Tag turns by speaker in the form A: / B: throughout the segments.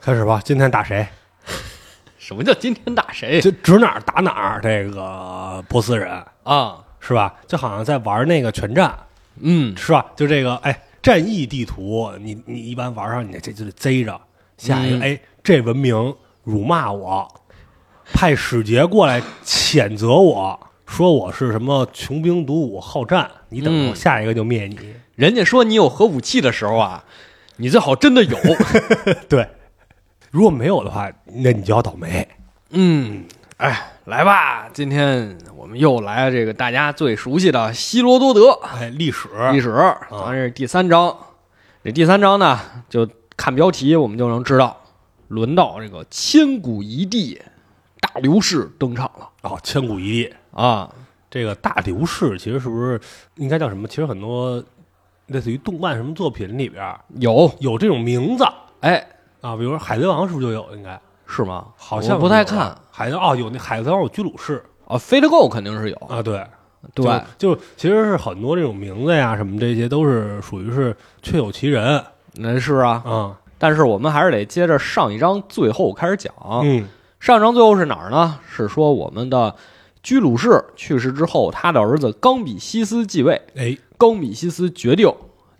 A: 开始吧，今天打谁？
B: 什么叫今天打谁
A: 就指哪儿打哪儿，这个波斯人
B: 啊？
A: 是吧？就好像在玩那个全战，
B: 嗯，
A: 是吧？就这个哎，战役地图，你你一般玩上，你这就得贼着下一个、
B: 嗯
A: 哎，这文明辱骂我，派使节过来谴责我，说我是什么穷兵黩武好战，你等着我
B: 嗯
A: 下一个就灭你。
B: 人家说你有核武器的时候啊，你最好真的有。
A: 对，如果没有的话，那你就要倒霉。
B: 嗯，哎，来吧，今天我们又来这个大家最熟悉的希罗多德
A: 哎，历史
B: 啊历史，咱这是第三章。这第三章呢，就看标题我们就能知道，轮到这个千古一帝大流士登场了
A: 哦，千古一帝。
B: 啊。
A: 这个大流士其实是不是应该叫什么？其实很多类似于动漫什么作品里边儿
B: 有，
A: 有这种名字
B: 哎，
A: 啊，比如说《海贼王》是不是就有？应该
B: 是吗？
A: 好像
B: 我不太
A: 是有
B: 看
A: 吧。海贼哦，有那《海贼王》有居鲁士
B: 啊。Fate Go 肯定是有，
A: 啊，对
B: 哦对，
A: 就就其实是很多这种名字呀什么这些都是属于是确有其人啊
B: 那是啊。
A: 嗯
B: 但是我们还是得接着上一章最后开始讲。
A: 嗯
B: 上一章最后是哪儿呢？是说我们的居鲁士去世之后，他的儿子冈比西斯继位。
A: 哎
B: 冈比西斯决定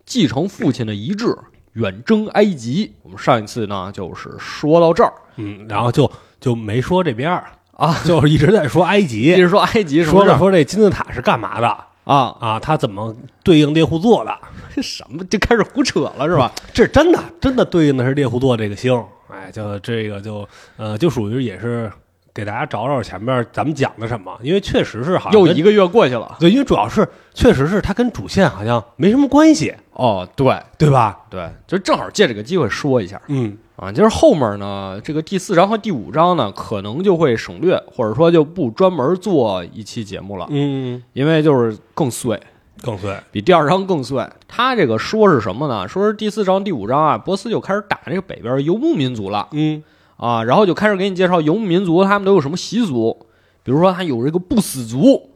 B: 继承父亲的遗志，远征埃及。我们上一次呢，就是说到这儿
A: 嗯，然后就就没说这边儿，
B: 啊，
A: 就是一直在说埃
B: 接
A: 及，
B: 着说埃及什么
A: 说
B: 事
A: 着
B: 儿
A: 说这金字塔是干嘛的
B: 啊，
A: 啊，它怎么对应猎户座的。
B: 什么就开始胡扯了是吧？
A: 这是真的，真的对应的是猎户座这个星。哎，就这个就呃，就属于也是给大家找找前面咱们讲的什么，因为确实是好像
B: 又
A: 跟
B: 一个月过去了。
A: 对，因为主要是确实是它跟主线好像没什么关系，
B: 哦，对
A: 对吧？
B: 对，就正好借这个机会说一下。
A: 嗯
B: 啊，就是后面呢，这个第四章和第五章呢，可能就会省略，或者说就不专门做一期节目了，
A: 嗯，
B: 因为就是更碎，
A: 更碎，
B: 比第二章更碎。他这个说是什么呢？说是第四章、第五章啊，波斯就开始打这个北边游牧民族了
A: 嗯
B: 啊，然后就开始给你介绍游牧民族他们都有什么习俗，比如说他有这个不死族，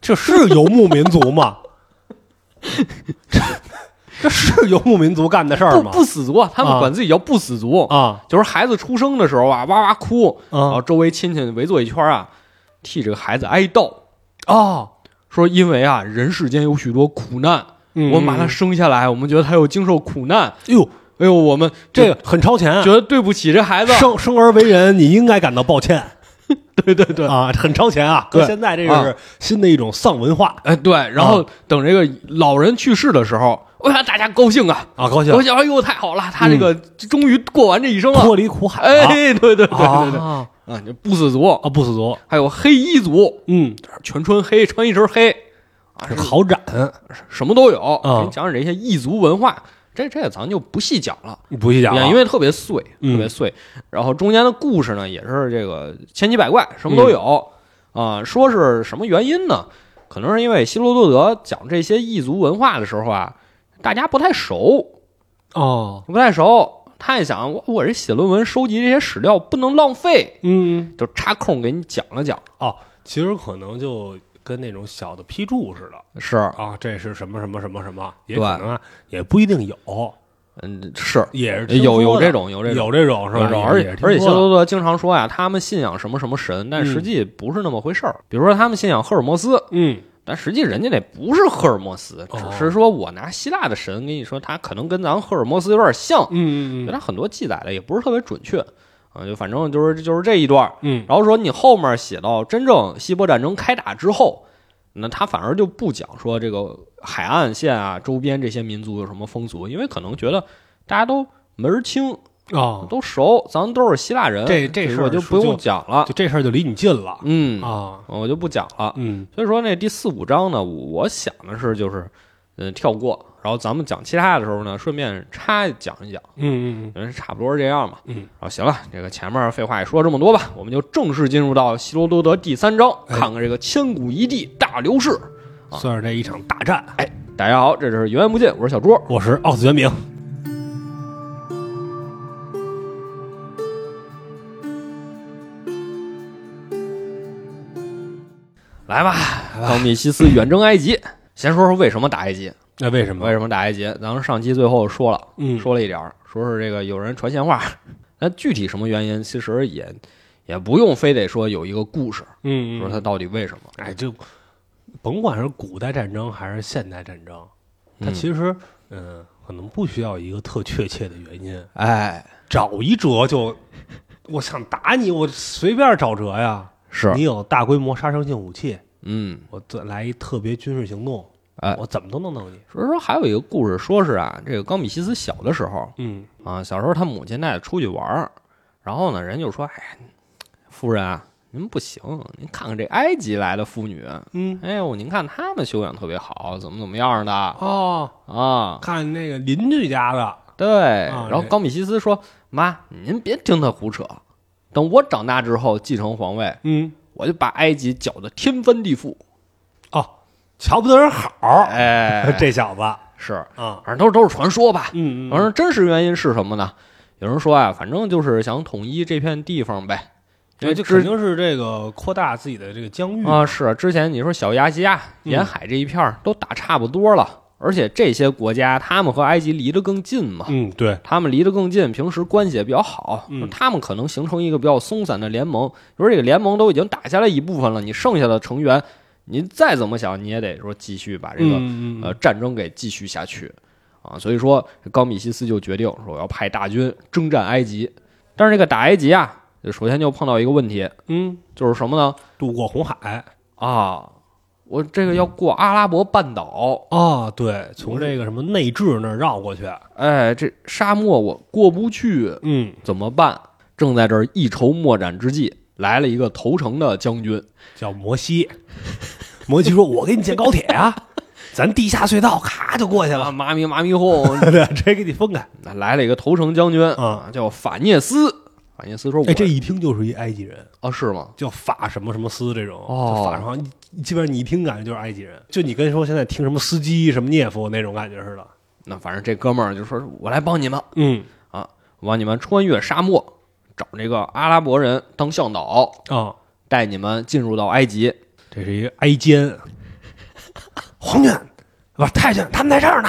A: 这是游牧民族吗？ 这这是游牧民族干的事儿
B: 不
A: 吗？
B: 不死族啊，他
A: 啊
B: 们管自己叫不死族，
A: 啊
B: 就是孩子出生的时候啊，哇哇哭，然后
A: 啊
B: 周围亲戚围坐一圈啊，替这个孩子哀悼。
A: 哦，
B: 说因为啊，人世间有许多苦难，
A: 嗯
B: 我们把他生下来，我们觉得他有经受苦难，
A: 哎呦，
B: 哎呦，我们
A: 这个很超前啊
B: 觉，得对不起这孩子，
A: 生生而为人，你应该感到抱歉。
B: 对对对，
A: 啊，很超前啊，
B: 对
A: 搁现在这个是新的一种丧文化
B: 哎对，然后等这个老人去世的时候，哎呀，大家高兴啊，
A: 啊，高兴
B: 高兴，哎呦，太好了，他这个终于过完这一生了，
A: 脱离苦海
B: 哎，
A: 嗯啊
B: 对对对对对对，
A: 啊
B: 啊，这不死族，
A: 啊，不死族，
B: 还有黑衣族，
A: 嗯，
B: 全穿黑，穿一身黑，啊，
A: 是
B: 是
A: 好展，
B: 什么都有，
A: 啊
B: 给你讲讲这些异族文化，这这咱就不细讲了。
A: 不细讲啊，
B: 因为特别碎，
A: 嗯
B: 特别碎。然后中间的故事呢，也是这个千奇百怪，什么都有
A: 嗯
B: 啊、说是什么原因呢？可能是因为希罗多德讲这些异族文化的时候啊，大家不太熟，
A: 哦，
B: 不太熟。他一想，我我这写论文收集这些史料不能浪费，
A: 嗯，哦
B: 就插空给你讲了讲。
A: 其实可能就跟那种小的批注似的
B: 是，
A: 啊，这是什么什么什么什么，也
B: 对
A: 可能啊，也不一定有，
B: 嗯，是
A: 也是听
B: 有
A: 说
B: 有
A: 的
B: 这种有这种。
A: 有这种是吧？
B: 有而
A: 也
B: 且
A: 是听
B: 而且希
A: 说
B: 罗
A: 的
B: 多德经常说呀，他们信仰什么什么神，但实际不是那么回事儿。比如说，他们信仰赫尔墨斯，
A: 嗯
B: 但实际人家那不是赫尔墨斯，
A: 哦
B: 只是说我拿希腊的神跟你说，他可能跟咱赫尔墨斯有点像，
A: 嗯嗯
B: 他很多记载的也不是特别准确啊，就反正就是就是这一段。
A: 嗯
B: 然后说你后面写到真正希波战争开打之后，那他反而就不讲说这个海岸线啊周边这些民族有什么风俗，因为可能觉得大家都门儿清，
A: 嗯哦，
B: 都熟，咱们都是希腊人，
A: 这这
B: 所以
A: 事儿
B: 我就不
A: 就
B: 用讲了。
A: 就这事儿就离你近了
B: 嗯，
A: 啊，
B: 我就不讲了。
A: 嗯
B: 所以说那第四五章呢，我我想的是就是，嗯，跳过，然后咱们讲其他的时候呢，顺便插讲一讲，
A: 嗯嗯
B: 人差不多是这样嘛。
A: 嗯，
B: 然后行了，这个前面废话也说这么多吧，我们就正式进入到希罗多德第三章，
A: 哎
B: 看看这个千古一帝大流士。
A: 嗯，算是这一场大战。
B: 大家好，这是源源不尽，我是小桌。
A: 我是奥斯元明。
B: 来吧，冈比西斯远征埃及，先说说为什么打埃及，
A: 那为什么？
B: 为什么打埃及？咱们上期最后说了，
A: 嗯，
B: 说了一点儿，说是这个有人传闲话， 那具体什么原因，其实也也不用非得说有一个故事，
A: 嗯
B: 说它到底为什么。
A: 哎，就甭管是古代战争还是现代战争，它
B: 嗯
A: 其实嗯，可能不需要一个特确切的原因，
B: 哎，
A: 找一辙就，我想打你，我随便找辙呀。
B: 是，
A: 你有大规模杀伤性武器，
B: 嗯，
A: 我再来一特别军事行动，
B: 哎
A: 我怎么都能弄你。
B: 所以说还有一个故事，说是啊，这个冈比西斯小的时候
A: 嗯
B: 啊，小时候他母亲带他出去玩儿，然后呢，人就说，哎，夫人啊，您不行，您看看这埃及来的妇女，
A: 嗯，
B: 哎呦，您看他们修养特别好，怎么怎么样的
A: 哦，
B: 啊？
A: 看那个邻居家的，
B: 对，
A: 啊
B: 然后
A: 对
B: 冈比西斯说：“妈，您别听他胡扯，等我长大之后继承皇位，
A: 嗯，
B: 我就把埃及搅得天翻地覆。
A: 哦，瞧不得人好，”
B: 哎
A: 这小子
B: 是，
A: 啊，
B: 反正都是都是传说吧。
A: 嗯
B: 反正真实原因是什么呢？有人说啊，反正就是想统一这片地方呗。因为
A: 对，就肯
B: 之
A: 定是这个扩大自己的这个疆域
B: 啊，是之前你说小亚细亚
A: 嗯
B: 沿海这一片儿都打差不多了，而且这些国家他们和埃及离得更近嘛，
A: 嗯，对，
B: 他们离得更近，平时关系也比较好，
A: 嗯
B: 他们可能形成一个比较松散的联盟。比如这个联盟都已经打下来一部分了，你剩下的成员，你再怎么想，你也得说继续把这个、
A: 嗯
B: 呃战争给继续下去啊。所以说，这高米西斯就决定说我要派大军征战埃及。但是这个打埃及啊，就首先就碰到一个问题，
A: 嗯，
B: 就是什么呢？
A: 渡过红海
B: 啊，我这个要过阿拉伯半岛，
A: 啊，对，从这个什么内治那儿绕过去，
B: 哎，这沙漠我过不去，
A: 嗯，
B: 怎么办？正在这儿一筹莫展之际，来了一个投诚的将军。
A: 叫摩西，摩西说：“我给你建高铁啊， 咱地下隧道咔就过去
B: 啊，
A: 了，
B: 妈咪妈咪哄，
A: 啊对，嗯直接给你分开。
B: 来了一个投诚将军啊，叫法涅斯。法涅斯说：“”我
A: 哎，这一听就是一埃及人，
B: 啊是吗？
A: 叫法什么什么斯这种，
B: 哦
A: 就法上基本上你一听感觉就是埃及人，就你跟说现在听什么司机什么涅夫那种感觉似的。
B: 那反正这哥们儿就说：“我来帮你们，
A: 嗯
B: 我帮你们穿越沙漠，找这个阿拉伯人当向导，
A: 啊，
B: 带你们进入到埃及。
A: 这是一个埃监，皇军不是太监，他们在这儿呢。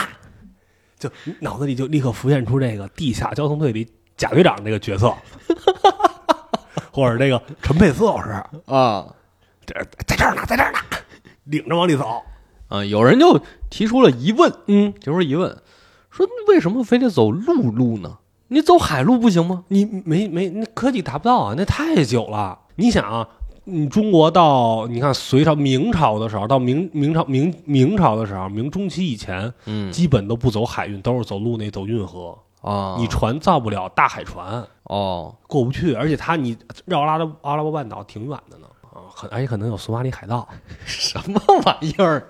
A: 就脑子里就立刻浮现出这个地下交通队里贾队长这个角色， 或者这个陈佩斯老师，”
B: 啊
A: 这在这儿呢，在这儿呢，领着往里走。
B: 啊！有人就提出了疑问，
A: 嗯，
B: 提出了疑问，说：“为什么非得走陆路呢？你走海路不行吗
A: 你没没那科技达不到啊，那太久了。你想啊，你中国到你看隋朝、明朝的时候，到明明朝明明朝的时候，明中期以前，？”
B: 嗯
A: 基本都不走海运，都是走陆内走运河。
B: 啊，
A: 你船造不了，大海船
B: 哦，
A: 过不去，而且它你绕阿拉伯阿拉伯半岛挺远的呢。啊，很而且可能有索马里海盗，
B: 什么玩意儿？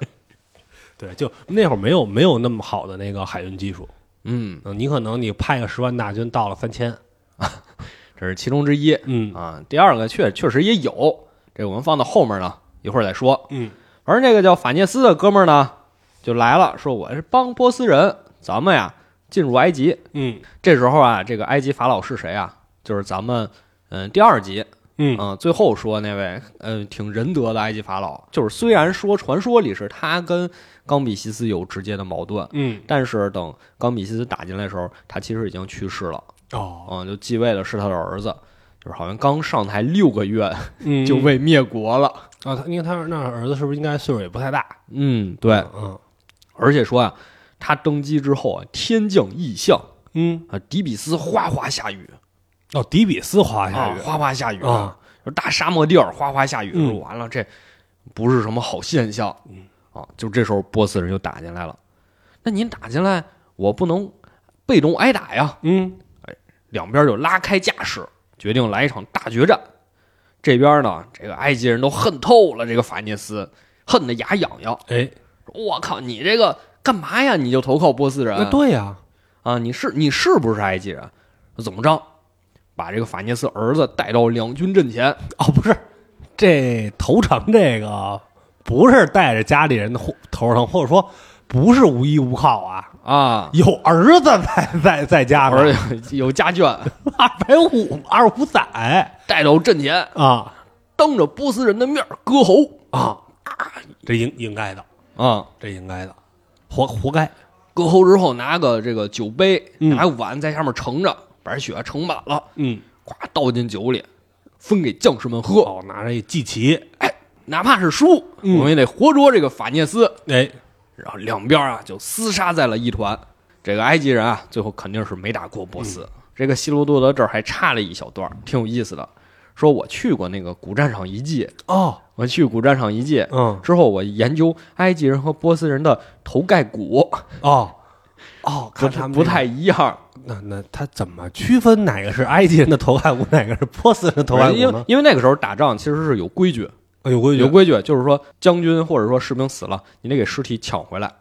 A: 对，就那会儿没有没有那么好的那个海运技术，
B: 嗯，
A: 嗯，你可能你派个十万大军到了三千，
B: 这是其中之一
A: 嗯
B: 啊。第二个确确实也有，这我们放到后面呢，一会儿再说。
A: 嗯，
B: 而那个叫法涅斯的哥们儿呢，就来了，说我是帮波斯人，咱们呀进入埃及。
A: 嗯
B: 这时候啊，这个埃及法老是谁啊？就是咱们嗯第二集
A: 嗯
B: 嗯、最后说那位嗯挺仁德的埃及法老，就是虽然说传说里是他跟冈比西斯有直接的矛盾，
A: 嗯，
B: 但是等冈比西斯打进来的时候，他其实已经去世了。
A: 哦，
B: 嗯，就继位的是他的儿子，就是好像刚上台六个月
A: 嗯
B: 就被灭国了。
A: 啊，他因为他那儿子是不是应该岁数也不太大？
B: 嗯，对，
A: 嗯
B: 而且说啊，他登基之后啊，天降异象
A: 嗯，
B: 啊，底比斯哗哗下雨，
A: 哦，底比斯华夏
B: 啊，
A: 语，
B: 哗哗下雨
A: 啊，
B: 就是大沙漠地儿哗哗下雨，
A: 嗯
B: 说完了这不是什么好现象。
A: 嗯，
B: 啊，就这时候波斯人就打进来了，那您打进来，我不能被动挨打呀，
A: 嗯
B: 两边就拉开架势，决定来一场大决战。这边呢，这个埃及人都恨透了这个法涅斯，恨得牙痒痒。
A: 哎，
B: 我靠，你这个干嘛呀？你就投靠波斯人？
A: 那对呀，
B: 啊，你是你是不是埃及人？怎么着？把这个法涅斯儿子带到两军阵前。
A: 哦，不是，这头城这个不是带着家里人的户头城，或者说不是无依无靠啊，
B: 啊，
A: 有儿子在在在家
B: 而
A: 呢，
B: 且有家眷
A: 二百五二五仔
B: 带到阵前，
A: 啊
B: 当着波斯人的面儿割喉
A: 啊，这应应该的，
B: 啊！
A: 这应该的，活活该，
B: 割喉之后拿个这个酒杯，
A: 嗯
B: 拿个碗在下面盛着，把把这血盛满了，
A: 嗯，
B: 咵倒进酒里，分给将士们喝。哎
A: 哦，拿着一祭旗，
B: 哪怕是输，
A: 嗯
B: 我们也得活捉这个法涅斯。
A: 哎，
B: 然后两边啊就厮杀在了一团。这个埃及人啊，最后肯定是没打过波斯。
A: 嗯
B: 这个希罗多德这儿还差了一小段儿，挺有意思的。说我去过那个古战场遗迹，
A: 哦，
B: 我去古战场遗迹
A: 嗯，
B: 之后，我研究埃及人和波斯人的头盖骨，
A: 哦，哦，看他们
B: 不
A: 这个
B: 太一样。
A: 那那他怎么区分哪个是埃及人的头盖骨，哪个是波斯人的头盖
B: 因
A: 骨
B: 为
A: 呢？
B: 因为那个时候打仗其实是有规矩，
A: 哎有规
B: 有
A: 矩
B: 规矩就是说将军或者说士兵死了，你得给尸体抢回来，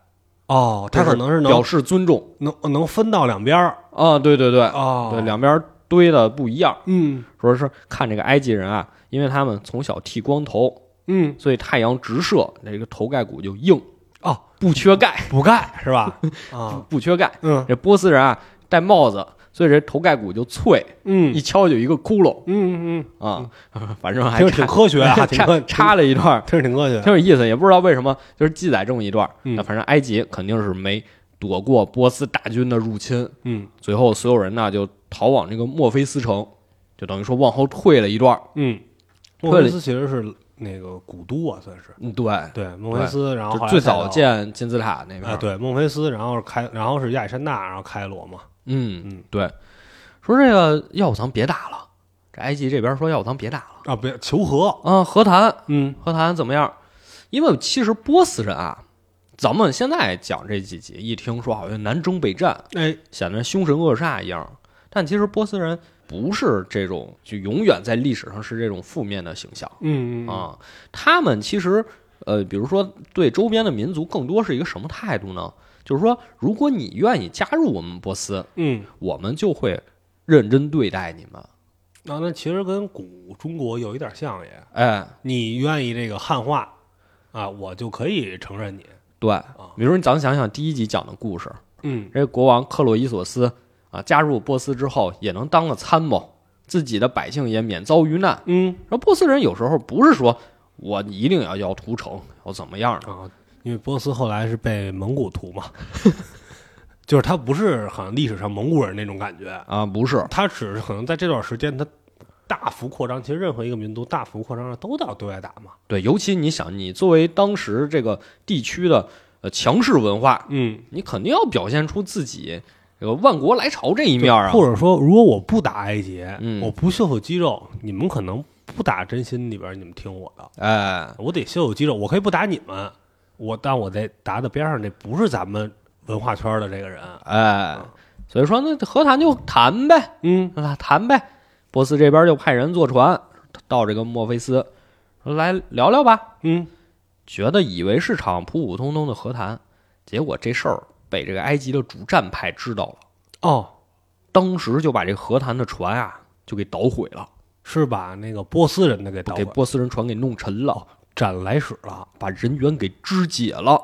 A: 哦，他可能是
B: 这表
A: 能
B: 示尊重
A: 能能分到两边儿
B: 啊。对对对，
A: 哦，
B: 对，两边堆的不一样。
A: 嗯
B: 说是看这个埃及人啊，因为他们从小剃光头，
A: 嗯
B: 所以太阳直射，这个头盖骨就硬，
A: 哦，
B: 不缺钙，
A: 补钙是 吧？啊
B: 不缺钙。
A: 嗯
B: 这波斯人啊戴帽子，所以这头盖骨就脆，
A: 嗯
B: 一敲就一个窟窿
A: 嗯嗯
B: 啊。 反正还
A: 听着
B: 差
A: 挺科学啊，挺科嗯
B: 插插了一段，
A: 听着挺科学，
B: 挺有意思，也不知道为什么，就是记载这么一段。
A: 嗯
B: 那反正埃及肯定是没躲过波斯大军的入侵，
A: 嗯
B: 最后所有人呢就逃往这个墨菲斯城，就等于说往后退了一段。
A: 嗯，
B: 退
A: 莫
B: 了
A: 维斯其实是那个古都啊，算是
B: 嗯，对，
A: 对孟菲斯，然后
B: 就
A: 后来
B: 最
A: 才
B: 早
A: 到
B: 建金字塔那边儿、
A: 啊，对孟菲斯，然后是开，然后是亚历山大，然后开罗嘛，
B: 嗯
A: 嗯
B: 对，说这个药堂别打了，这埃及这边说药堂别打了
A: 啊，别求和，
B: 啊，和谈
A: 嗯
B: 和谈怎么样？因为其实波斯人啊，咱们现在讲这几集，一听说好像南征北战，
A: 哎
B: 显得凶神恶煞一样，但其实波斯人不是这种，就永远在历史上是这种负面的形象
A: 嗯嗯
B: 啊。他们其实呃，比如说对周边的民族，更多是一个什么态度呢？就是说，如果你愿意加入我们波斯，
A: 嗯，
B: 我们就会认真对待你们。
A: 啊那那其实跟古中国有一点像也，
B: 哎，
A: 你愿意这个汉化啊，我就可以承认你，
B: 对，比如你咱们想想第一集讲的故事，
A: 嗯
B: 这国王克洛伊索斯啊，加入波斯之后也能当个参谋，自己的百姓也免遭遇难。
A: 嗯
B: 然后波斯人有时候不是说我一定要要屠城，要怎么样的，
A: 啊，因为波斯后来是被蒙古屠嘛， 就是他不是好像历史上蒙古人那种感觉，
B: 啊，不是，
A: 他只是可能在这段时间他大幅扩张，其实任何一个民族大幅扩张了都要对外打嘛，
B: 对，尤其你想，你作为当时这个地区的呃强势文化，
A: 嗯。
B: 你肯定要表现出自己这个万国来朝这一面啊，
A: 或者说，如果我不打埃及，
B: 嗯
A: 我不秀秀肌肉，你们可能不打真心里边，你们听我的，
B: 哎，
A: 我得秀秀肌肉，我可以不打你们，我但我得打打边上那不是咱们文化圈的这个人，
B: 哎，所以说那和谈就谈呗，
A: 嗯
B: 那谈呗。波斯这边就派人坐船到这个墨菲斯，说来聊聊吧。
A: 嗯，
B: 觉得以为是场普普通通的和谈，结果这事儿被这个埃及的主战派知道了，
A: 哦，
B: 当时就把这和谈的船啊就给捣毁了，
A: 是把那个波斯人的给捣
B: 给
A: 毁，
B: 波斯人船给弄沉了，
A: 斩来使了，
B: 把人员给肢解了。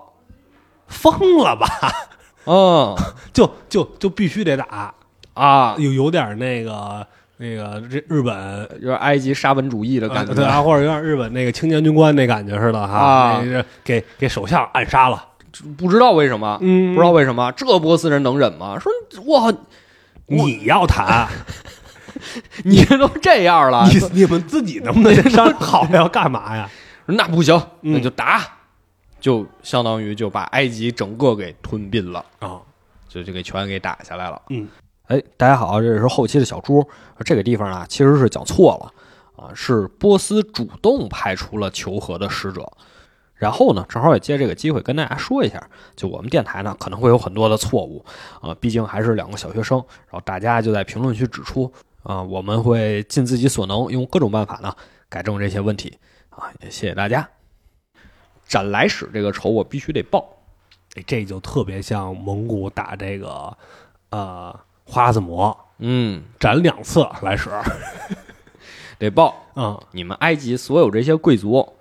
A: 疯了吧？
B: 嗯
A: 就就就必须得打，
B: 啊，
A: 有有点那个那个日日本。
B: 有点埃及沙文主义的感
A: 呃对
B: 觉，
A: 啊，或者有点日本那个青年军官那感觉似的哈，
B: 啊
A: 那是给给首相暗杀了，
B: 不知道为什么，
A: 嗯
B: 不知道为什么这波斯人能忍吗？说哇，
A: 你要谈，
B: 你都这样了，
A: 你啊你们自己能不能 先商量好了要干嘛呀？
B: 那不行，
A: 嗯
B: 那就打，就相当于就把埃及整个给吞并了。
A: 啊，
B: 就就给全给打下来了。
A: 嗯，
B: 哎，大家好，这是后期的小朱。这个地方啊，其实是讲错了啊，是波斯主动派出了求和的使者。然后呢，正好也借这个机会跟大家说一下，就我们电台呢可能会有很多的错误啊，毕竟还是两个小学生。然后大家就在评论区指出啊，我们会尽自己所能，用各种办法呢改正这些问题啊。也谢谢大家。斩来使这个仇我必须得报，
A: 哎这就特别像蒙古打这个呃花剌子模，
B: 嗯，
A: 斩两次来使，
B: 得报。
A: 嗯
B: 你们埃及所有这些贵族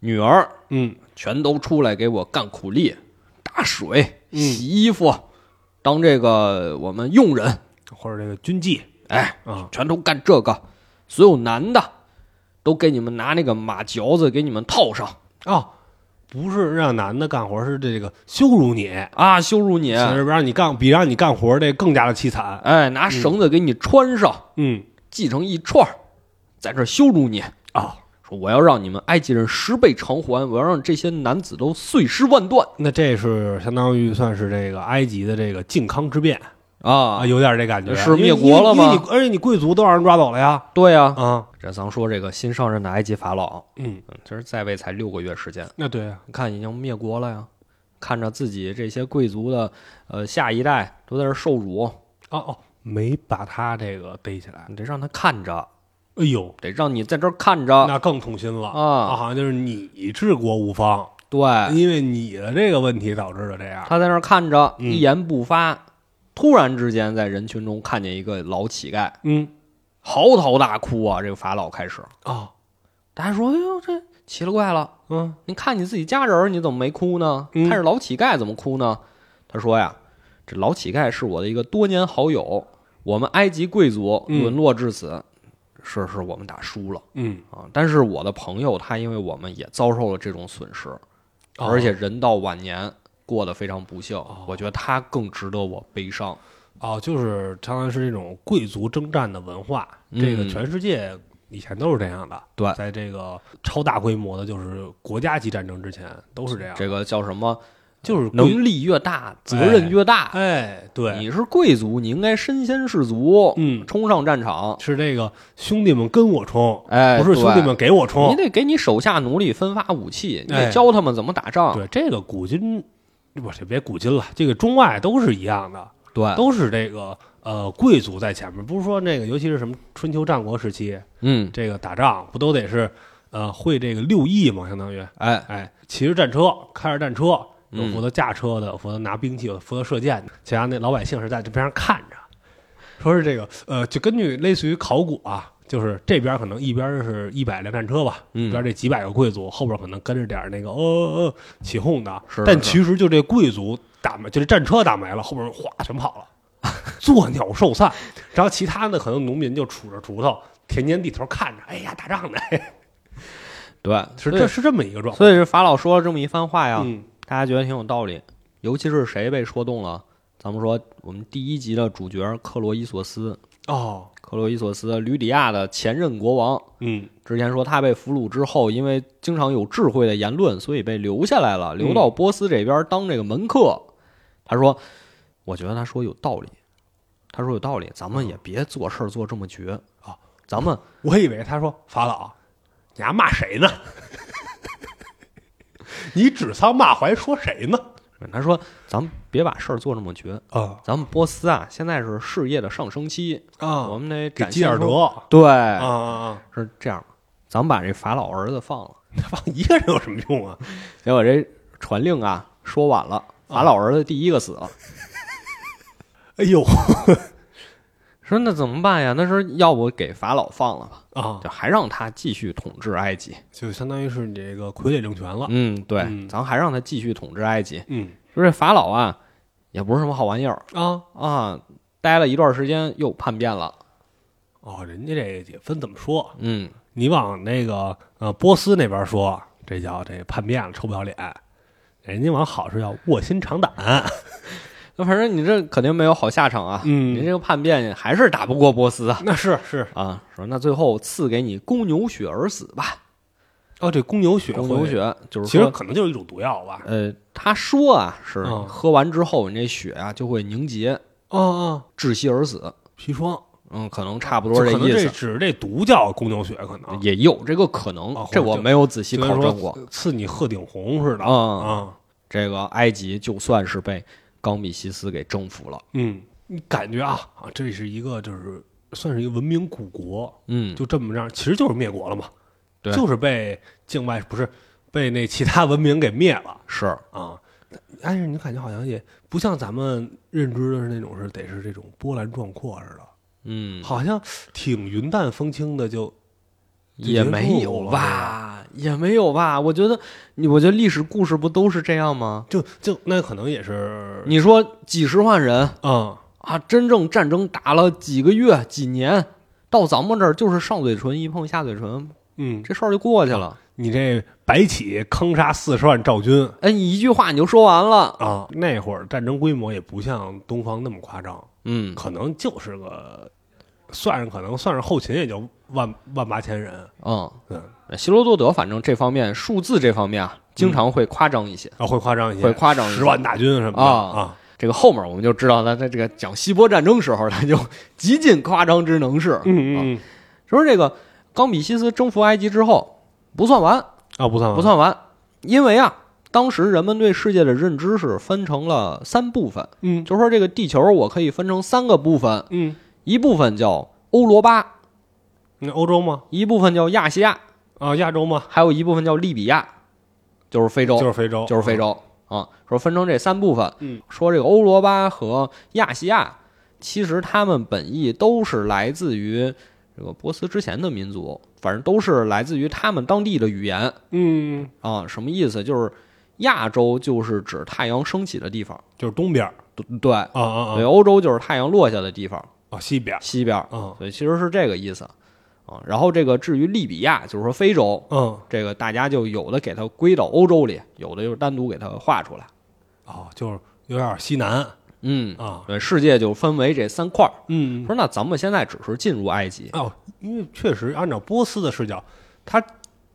B: 女儿
A: 嗯
B: 全都出来给我干苦力、打水、
A: 嗯
B: 洗衣服，当这个我们佣人，
A: 或者这个军纪
B: 哎，
A: 啊，
B: 全都干这个。所有男的都给你们拿那个马嚼子给你们套上，
A: 哦，不是让男的干活，是这个羞辱你，
B: 啊，羞辱你，
A: 其实让你干比让你干活这更加的凄惨。
B: 哎，拿绳子给你穿上，
A: 嗯，
B: 系成一串儿，在这儿羞辱你，
A: 哦，
B: 说我要让你们埃及人十倍偿还，我要让这些男子都碎尸万段
A: 那这是相当于算是这个埃及的这个靖康之变
B: 啊
A: 啊，！有点这感觉，
B: 是
A: 因为
B: 灭国了吗
A: 因为因为你而且你贵族都让人抓走了呀，
B: 对呀、
A: 啊，
B: 这咱说这个新上任的埃及法老，
A: 嗯，
B: 嗯，其实在位才六个月时间，
A: 那对啊，
B: 你看已经灭国了呀，看着自己这些贵族的呃下一代都在这儿受辱，
A: 哦哦，没把他这个逮起来，
B: 你得让他看着，
A: 哎呦，
B: 得让你在这儿看着
A: 那哦更痛心了
B: 啊！哎
A: 好像就是你治国无方，
B: 对，
A: 因为你的这个问题导致的这样。
B: 他在那儿看着，
A: 嗯
B: 一言不发。突然之间，在人群中看见一个老乞丐，
A: 嗯
B: 嚎啕大哭啊！这个法老开始，
A: 啊
B: 大家说：“哎呦，这奇了怪了！
A: 嗯
B: 你看你自己家人儿，你怎么没哭呢？
A: 嗯
B: 看着老乞丐怎么哭呢？”他说：“呀，这老乞丐是我的一个多年好友，我们埃及贵族
A: 嗯
B: 沦落至此，是是我们打输了
A: 嗯，
B: 啊！但是我的朋友他因为我们也遭受了这种损失，
A: 哦
B: 而且人到晚年过得非常不幸，我觉得他更值得我悲伤。
A: 哦，就是相当于是这种贵族征战的文化，
B: 嗯
A: 这个全世界以前都是这样的。
B: 对
A: 在这个超大规模的，就是国家级战争之前都是这样，
B: 这个叫什么？
A: 就是贵
B: 能力越大，责任越大。
A: 哎，对，
B: 你是贵族，你应该身先士卒，
A: 嗯，
B: 冲上战场。
A: 是这个兄弟们跟我冲，
B: 哎，
A: 不是兄弟们给我
B: 对，你
A: 冲。
B: 得给你手下奴隶分发武器，你
A: 哦哎
B: 得教他们怎么打仗。
A: 对，这个古今，不是别古今了，这个中外都是一样的。
B: 对，
A: 都是这个呃贵族在前面，不是说那个，尤其是什么春秋战国时期，
B: 嗯，
A: 这个打仗不都得是呃会这个六艺嘛，相当于
B: 哎，
A: 哎骑着战车，开着战车，有
B: 嗯
A: 负责驾车的，有负责拿兵器，有负责射箭的，其他那老百姓是在这边上看着，说是这个呃，就根据类似于考古啊。就是这边可能一边是一百辆战车吧，
B: 嗯
A: 一边这几百个贵族，后边可能跟着点儿那个呃呃呃起哄的，
B: 是
A: 但
B: 是
A: 其实就这贵族打没，就这战车打没了，后边人哗全跑了， 作鸟兽散。然后其他的可能农民就杵着锄头，田间地头看着，哎呀，打仗呢，哎
B: 对，
A: 是
B: 所以
A: 这是这么一个状态。
B: 所以这法老说了这么一番话呀，
A: 嗯
B: 大家觉得挺有道理。尤其是谁被说动了？咱们说我们第一集的主角克罗伊索斯，
A: 哦，
B: 克洛伊索斯，吕底亚的前任国王。
A: 嗯
B: 之前说他被俘虏之后，因为经常有智慧的言论，所以被留下来了，留到
A: 嗯
B: 波斯这边当这个门客。他说：“我觉得他说有道理，他说有道理，咱们
A: 哦
B: 也别做事儿做这么绝啊，咱们
A: 我以为他说法老，你还骂谁呢？ 你指桑骂槐说谁呢？
B: 他说咱们别把事儿做这么绝，
A: 啊
B: 咱们波斯啊现在是事业的上升期，我
A: 啊，
B: 们得
A: 给
B: 展
A: 基
B: 现
A: 尔
B: 出
A: 德啊
B: 对、
A: 啊啊，
B: 是这样，咱们把这法老儿子放了。”
A: 他放一个人有什么用啊？
B: 结果这传令啊说晚了，
A: 哦
B: 法老儿子第一个死了。
A: 哎呦
B: 说那怎么办呀？那是要不给法老放了吧？
A: 啊，
B: 就还让他继续统治埃及。
A: 就相当于是你这个傀儡政权了。
B: 嗯，对，
A: 嗯
B: 咱还让他继续统治埃及。
A: 嗯
B: 说这法老啊，也不是什么好玩意儿
A: 啊，
B: 啊，待了一段时间又叛变了。
A: 哦，人家这也分怎么说，
B: 嗯，
A: 你往那个呃波斯那边说，这叫这叛变了，臭不要脸；人家往好处叫卧薪尝胆。
B: 那反正你这肯定没有好下场啊。
A: 嗯
B: 您这个叛变还是打不过波斯啊。
A: 那是是
B: 啊，说那最后赐给你公牛血而死吧。
A: 哦，这公牛血，
B: 公牛，血就是
A: 其实
B: 说，
A: 可能就是一种毒药吧。
B: 呃，他说啊，是
A: 嗯
B: 喝完之后你这血啊就会凝结，
A: 哦哦，
B: 窒息而死。
A: 砒霜，
B: 嗯，可能差不
A: 就
B: 多
A: 可能
B: 意
A: 这
B: 思。啊嗯
A: 只是这毒叫公牛血，可能
B: 也有这个可能，
A: 啊啊或者
B: 这我没有仔细
A: 就跟
B: 考
A: 说
B: 证过。
A: 刺你鹤顶红似的。
B: 嗯
A: 啊
B: 这个埃及就算是被冈比西斯给征服了，
A: 嗯，你感觉啊啊，这是一个就是算是一个文明古国，
B: 嗯，
A: 就这么样，其实就是灭国了嘛，
B: 对
A: 就是被境外不是被那其他文明给灭了
B: 是
A: 啊。但是你感觉好像也不像咱们认知的是那种是得是这种波澜壮阔似的，
B: 嗯，
A: 好像挺云淡风轻的就
B: 也没有吧，也没有吧。我觉得你，我觉得历史故事不都是这样吗？
A: 就就那可能也是
B: 你说几十万人
A: 啊
B: 啊，真正战争打了几个月、几年，到咱们这儿就是上嘴唇一碰下嘴唇，
A: 嗯，
B: 这事儿就过去了。
A: 你这白起坑杀四十万赵军
B: 哎，你一句话你就说完了。
A: 啊，那会儿战争规模也不像东方那么夸张，
B: 嗯，
A: 可能就是个，算上可能算是后勤也就万万八千人，
B: 嗯，
A: 嗯，
B: 希罗多德反正这方面数字这方面啊，经常会夸张一些。
A: 啊，会夸张一些，
B: 会夸张一些
A: 十万大军什么的
B: 啊
A: 啊，
B: 这个后面我们就知道他在这个讲希波战争时候，他就极尽夸张之能事。
A: 嗯嗯
B: 说这个冈比西斯征服埃及之后不算完，
A: 啊，不算完
B: 不，算完，因为啊，当时人们对世界的认知是分成了三部分，
A: 嗯
B: 就说这个地球我可以分成三个部分，
A: 嗯，
B: 一部分叫欧罗巴，
A: 那欧洲吗？
B: 一部分叫亚细亚，
A: 啊，亚洲吗？
B: 还有一部分叫利比亚，就是非洲，
A: 就是是非洲，
B: 非洲啊。说分成这三部分，
A: 哦嗯，
B: 说这个欧罗巴和亚细亚，其实他们本意都是来自于这个波斯之前的民族，反正都是来自于他们当地的语言。
A: 嗯，
B: 啊，什么意思？就是亚洲就是指太阳升起的地方，
A: 就是东边儿
B: 对对，
A: 啊啊
B: 对，
A: 啊，
B: 欧洲就是太阳落下的地方，
A: 啊，西边儿
B: 西边儿，
A: 啊，
B: 所以其实是这个意思啊。然后这个至于利比亚，就是说非洲，
A: 嗯，
B: 这个大家就有的给它归到欧洲里，有的就是单独给它划出来。
A: 哦，就是有点西南
B: 嗯，
A: 啊，
B: 对，世界就分为这三块儿。
A: 嗯，
B: 说那咱们现在只是进入埃及，
A: 哦，因为确实按照波斯的视角，它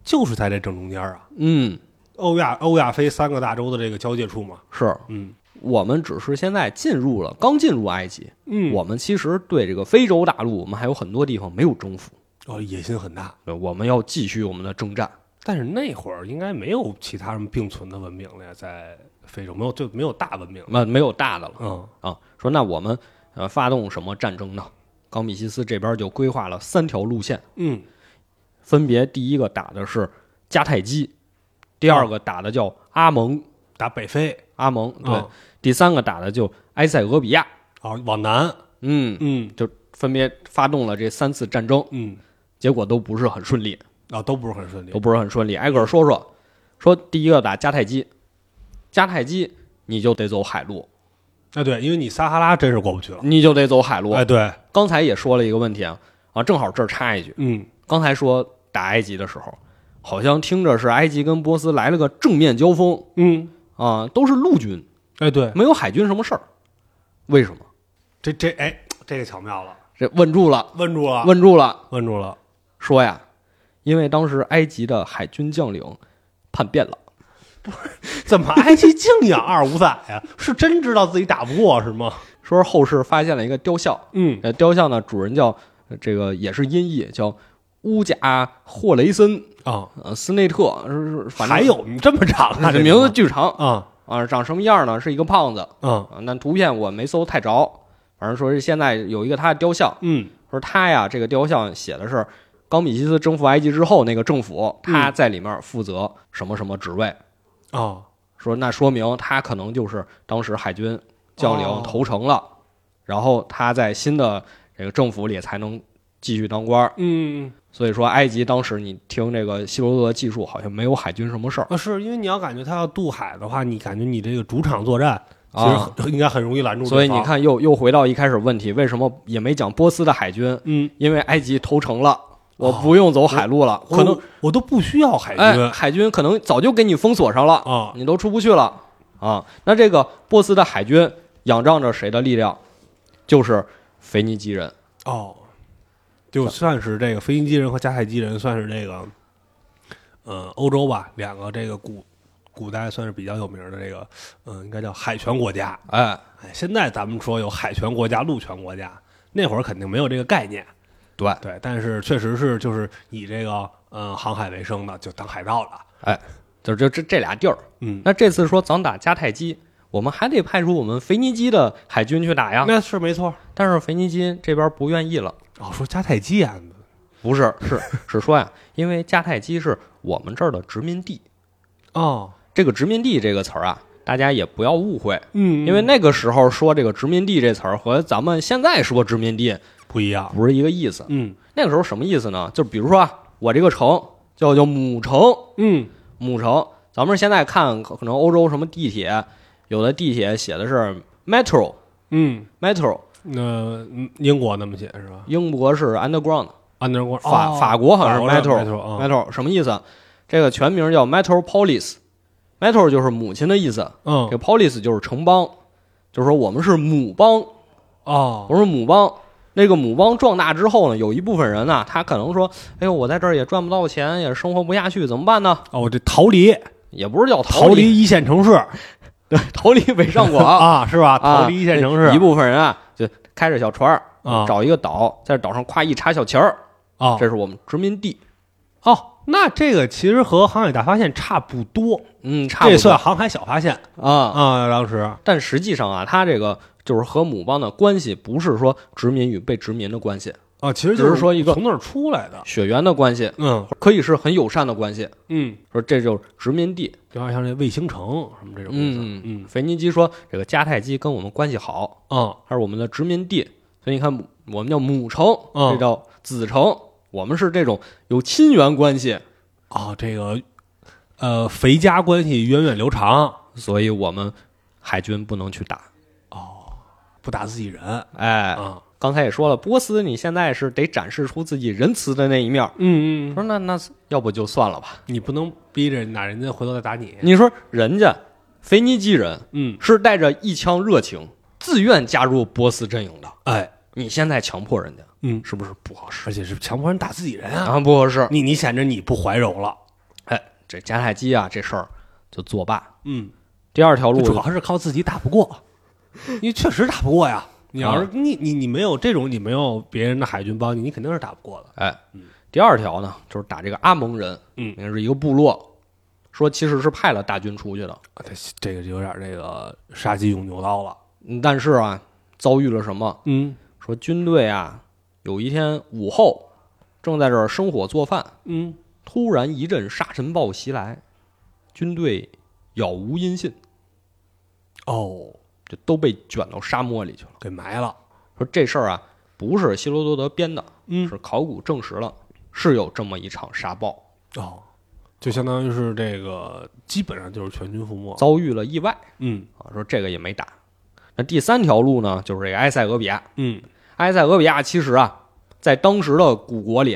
A: 就是在这正中间儿啊，
B: 嗯，
A: 欧亚欧亚非三个大洲的这个交界处嘛，
B: 是
A: 嗯
B: 我们只是现在进入了，刚进入埃及，
A: 嗯，
B: 我们其实对这个非洲大陆，我们还有很多地方没有征服。
A: 哦野心很大，
B: 对，我们要继续我们的征战。
A: 但是那会儿应该没有其他什么并存的文明了呀，在非洲没有就没有大文明了，
B: 那呃没有大的了
A: 嗯
B: 啊。说那我们呃发动什么战争呢？冈比西斯这边就规划了三条路线，
A: 嗯，
B: 分别第一个打的是迦太基，第二个打的叫阿蒙，
A: 打北非，
B: 阿蒙对，
A: 嗯
B: 第三个打的就埃塞俄比亚。
A: 哦往南，
B: 嗯，
A: 嗯
B: 就分别发动了这三次战争，
A: 嗯，
B: 结果都不是很顺利，
A: 啊都不是很顺利
B: 都，不是很顺利。挨个说说，说第一个打迦太基，迦太基你就得走海路，
A: 哎对，因为你撒哈拉真是过不去了，
B: 你就得走海路。
A: 哎对，
B: 刚才也说了一个问题啊，啊，正好这儿插一句，
A: 嗯
B: 刚才说打埃及的时候，好像听着是埃及跟波斯来了个正面交锋
A: 嗯，
B: 啊，都是陆军，
A: 哎对，
B: 没有海军什么事儿，为什么？
A: 这这哎这个巧妙了，
B: 这问住了，
A: 问住了，
B: 问住了，
A: 问住了。
B: 说呀，因为当时埃及的海军将领叛变了，
A: 怎么埃及净养二五仔呀？ 是真知道自己打不过是吗？
B: 说是后世发现了一个雕像，
A: 嗯，
B: 呃，雕像呢主人叫呃这个也是音译叫乌贾霍雷森
A: 啊，
B: 呃斯内特，是是反正
A: 还 有这么长啊？
B: 这
A: 这
B: 名字巨长
A: 啊
B: 啊，长什么样呢？是一个胖子
A: 啊
B: 啊。那图片我没搜太着，反正说是现在有一个他的雕像，
A: 嗯
B: 说他呀，这个雕像写的是冈比西斯征服埃及之后那个政府，
A: 嗯
B: 他在里面负责什么什么职位。
A: 啊
B: 说那说明他可能就是当时海军将领
A: 哦
B: 投诚了，然后他在新的这个政府里才能继续当官儿。
A: 嗯
B: 所以说，埃及当时你听这个希罗多德技术，好像没有海军什么事儿。
A: 啊，是因为你要感觉他要渡海的话，你感觉你这个主场作战其实
B: 啊
A: 很应该很容易拦住。
B: 所以你，看又，又回到一开始问题，为什么也没讲波斯的海军？
A: 嗯，
B: 因为埃及投诚了，我不用走海路了，
A: 哦我
B: 可能
A: 我都不需要海
B: 哎，
A: 军
B: 海军可能早就给你封锁上了，
A: 啊，
B: 你都出不去了啊。那这个波斯的海军仰仗着谁的力量？就是腓尼基人，
A: 哦，就算是这个腓尼基人和迦太基人，算是这个，呃，欧洲吧，两个这个古古代算是比较有名的这个，嗯、应该叫海权国家。
B: 哎，
A: 哎，现在咱们说有海权国家、陆权国家，那会儿肯定没有这个概念。
B: 对，
A: 对，但是确实是就是以这个嗯航海为生的，就当海盗了。
B: 就就这这俩地儿。
A: 嗯，
B: 那这次说咱打迦太基，我们还得派出我们腓尼基的海军去打呀。
A: 那是没错。
B: 但是腓尼基这边不愿意了，
A: 哦，说迦太基啊，
B: 不是，是是说呀，因为迦太基是我们这儿的殖民地。
A: 哦，
B: 这个殖民地这个词儿啊，大家也不要误会，
A: 嗯
B: 因为那个时候说这个殖民地这词儿和咱们现在说殖民地
A: 不一样。
B: 不是一个意思。
A: 嗯
B: 那个时候什么意思呢？就比如说啊，我这个城叫叫母城，
A: 嗯
B: 母城。咱们现在看可能欧洲什么地铁，有的地铁写的是 metro，metro。
A: 嗯，那、嗯英国那么写是吧？
B: 英国是 underground，
A: 安德光
B: 法、哦法国好像是嗯
A: metal
B: metal metal 什么意思？这个全名叫 metal police，metal 就是母亲的意思，
A: 嗯
B: 这个 police 就是城邦，就是说我们是母邦，
A: 哦
B: 我是母邦。那个母邦壮大之后呢，有一部分人呢、他可能说：“哎呦，我在这儿也赚不到钱，也生活不下去，怎么办呢
A: 哦，我这逃离？”
B: 也不是叫
A: 逃
B: 离，
A: 离一线城市
B: 对，逃离 北上广，
A: 啊，是吧？
B: 啊
A: 逃离一线城市
B: 一部分人啊，就开着小船儿
A: 啊
B: 找一个岛，在岛上夸一插小旗儿，
A: 啊
B: 这是我们殖民地。
A: 哦，那这个其实和航海大发现差不多，
B: 嗯，差不
A: 这
B: 多
A: 算航海小发现
B: 啊。
A: 啊。当时
B: 但实际上啊，它这个就是和母邦的关系，不是说殖民与被殖民的关系，
A: 啊，其实
B: 只是说一个
A: 从那儿出来的，
B: 血缘的关系，
A: 嗯
B: 可以是很友善的关系。
A: 嗯，
B: 说这就是殖民地。
A: 有点像这卫星城什么这种意思，
B: 嗯
A: 嗯
B: 腓尼基说这个迦太基跟我们关系好，
A: 啊
B: 它是我们的殖民地，所以你看母我们叫母城，
A: 嗯
B: 这叫子城。我们是这种有亲缘关系，
A: 啊，这个呃，肥家关系源远流长，
B: 所以我们海军不能去打。
A: 不打自己人
B: 哎，
A: 啊，
B: 刚才也说了，波斯你现在是得展示出自己仁慈的那一面儿。
A: 嗯嗯，
B: 说那那要不就算了吧。
A: 你不能逼着哪人家回头再打你，
B: 你说人家腓尼基人
A: 嗯，
B: 是带着一腔热情，自愿加入波斯阵营的，
A: 哎，
B: 你现在强迫人家，
A: 嗯，
B: 是不是不合适
A: 而且是强迫人打自己人啊，
B: 啊？不合适。
A: 你你显着你不怀柔了，
B: 哎，这迦太基啊，这事儿就作罢。
A: 嗯，
B: 第二条路
A: 主要是靠自己打不过，因为确实打不过呀。你要是你你你没有这种，你没有别人的海军帮你，你肯定是打不过的。
B: 哎，第二条呢，就是打这个阿蒙人，
A: 嗯
B: 那是一个部落，说其实是派了大军出去的，
A: 这啊这个就有点这个杀鸡用牛刀了。
B: 嗯但是啊，遭遇了什么？
A: 嗯
B: 说军队啊，有一天午后正在这儿生火做饭，
A: 嗯，
B: 突然一阵沙尘暴袭来，军队杳无音信，
A: 哦，
B: 就都被卷到沙漠里去了。
A: 给埋了。
B: 说这事儿啊，不是希罗多德编的，
A: 嗯
B: 是考古证实了，是有这么一场沙暴，
A: 哦，就相当于是这个，基本上就是全军覆没。
B: 遭遇了意外
A: 嗯
B: 啊。说这个也没打。那第三条路呢，就是这个埃塞俄比亚。
A: 嗯，
B: 埃塞俄比亚其实啊，在当时的古国里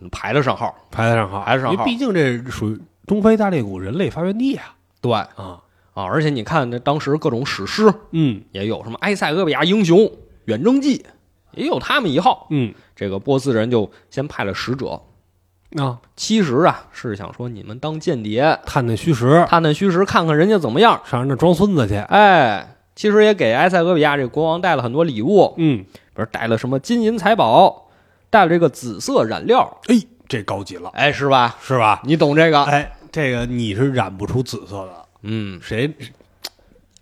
B: 嗯排得上号。
A: 排得上号，
B: 排得上号
A: 因为毕竟这属于东非大裂谷人类发源地啊。
B: 对啊，
A: 啊，
B: 而且你看，这当时各种史诗
A: 嗯
B: 也有什么埃塞俄比亚英雄远征记，也有他们一号。
A: 嗯，
B: 这个波斯人就先派了使者。
A: 啊，
B: 其实啊，是想说你们当间谍，
A: 探探虚实，
B: 探探虚实，看看人家怎么样。
A: 上人那装孙子去。
B: 哎，其实也给埃塞俄比亚这个国王带了很多礼物，
A: 嗯，
B: 比如带了什么金银财宝，带了这个紫色染料，
A: 哎，这高级了，
B: 哎，是吧？
A: 是吧？
B: 你懂这个？
A: 哎，这个你是染不出紫色的。
B: 嗯，
A: 谁？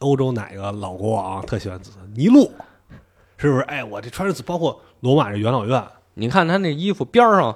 A: 欧洲哪个老国王、特喜欢紫色？尼禄，是不是？哎，我这穿着紫，包括罗马这元老院，
B: 你看他那衣服边儿上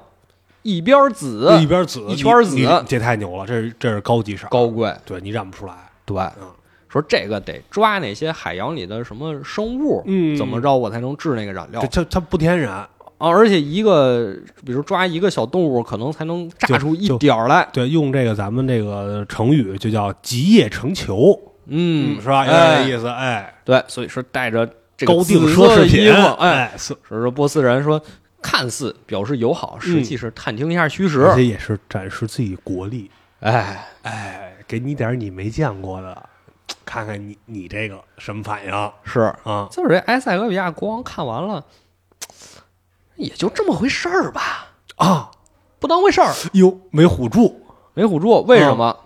B: 一边儿紫，
A: 一边紫
B: 一圈紫
A: 你你这太牛了，这是这是高级色，
B: 高哎贵，
A: 对你染不出来。
B: 对。
A: 嗯
B: 说这个得抓那些海洋里的什么生物，
A: 嗯
B: 怎么着我才能治那个染料
A: 这？它它不天然，
B: 啊，而且一个，比如抓一个小动物，可能才能
A: 就
B: 炸出一
A: 就
B: 点儿来。
A: 对，用这个咱们这个成语就叫集腋成裘，
B: 嗯，
A: 是吧？有点
B: 哎
A: 这，意思，哎，
B: 对，所以说带着这个
A: 高定
B: 紫
A: 奢
B: 色的
A: 侈
B: 衣
A: 品，
B: 服，哎，
A: 哎，是
B: 所以说波斯人说看似表示友好，实际是探听一下虚实。
A: 嗯而且也是展示自己国力，
B: 哎，
A: 哎，给你点儿你没见过的，看看你你这个什么反应
B: 是，
A: 啊？
B: 就是这埃塞俄比亚国王看完了，也就这么回事儿吧，
A: 啊，
B: 不当回事儿，
A: 哟，没唬住，
B: 没唬住。为什么？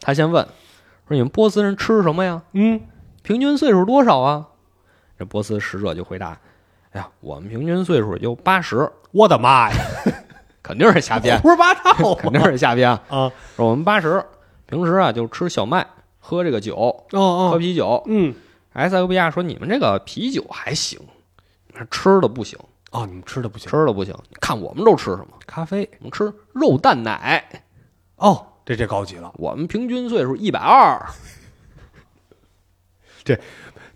B: 他先问说你们波斯人吃什么呀？
A: 嗯，
B: 平均岁数多少啊？这波斯使者就回答：“哎呀，我们平均岁数也就八十，
A: 我的妈 呀，
B: 肯定是瞎编，
A: 胡说八 道
B: 肯定是瞎编啊。
A: 啊！哦
B: 说我们八十，平时啊就吃小麦，喝这个酒，喝
A: 哦，
B: 啤酒，
A: 嗯，
B: 埃塞俄比亚说：“你们这个啤酒还行，吃的不行，
A: 哦，你们吃的不行，
B: 吃的不行。看我们都吃什么？
A: 咖啡
B: 我们吃肉蛋奶。
A: 哦，这这高级了，
B: 我们平均岁数一百二，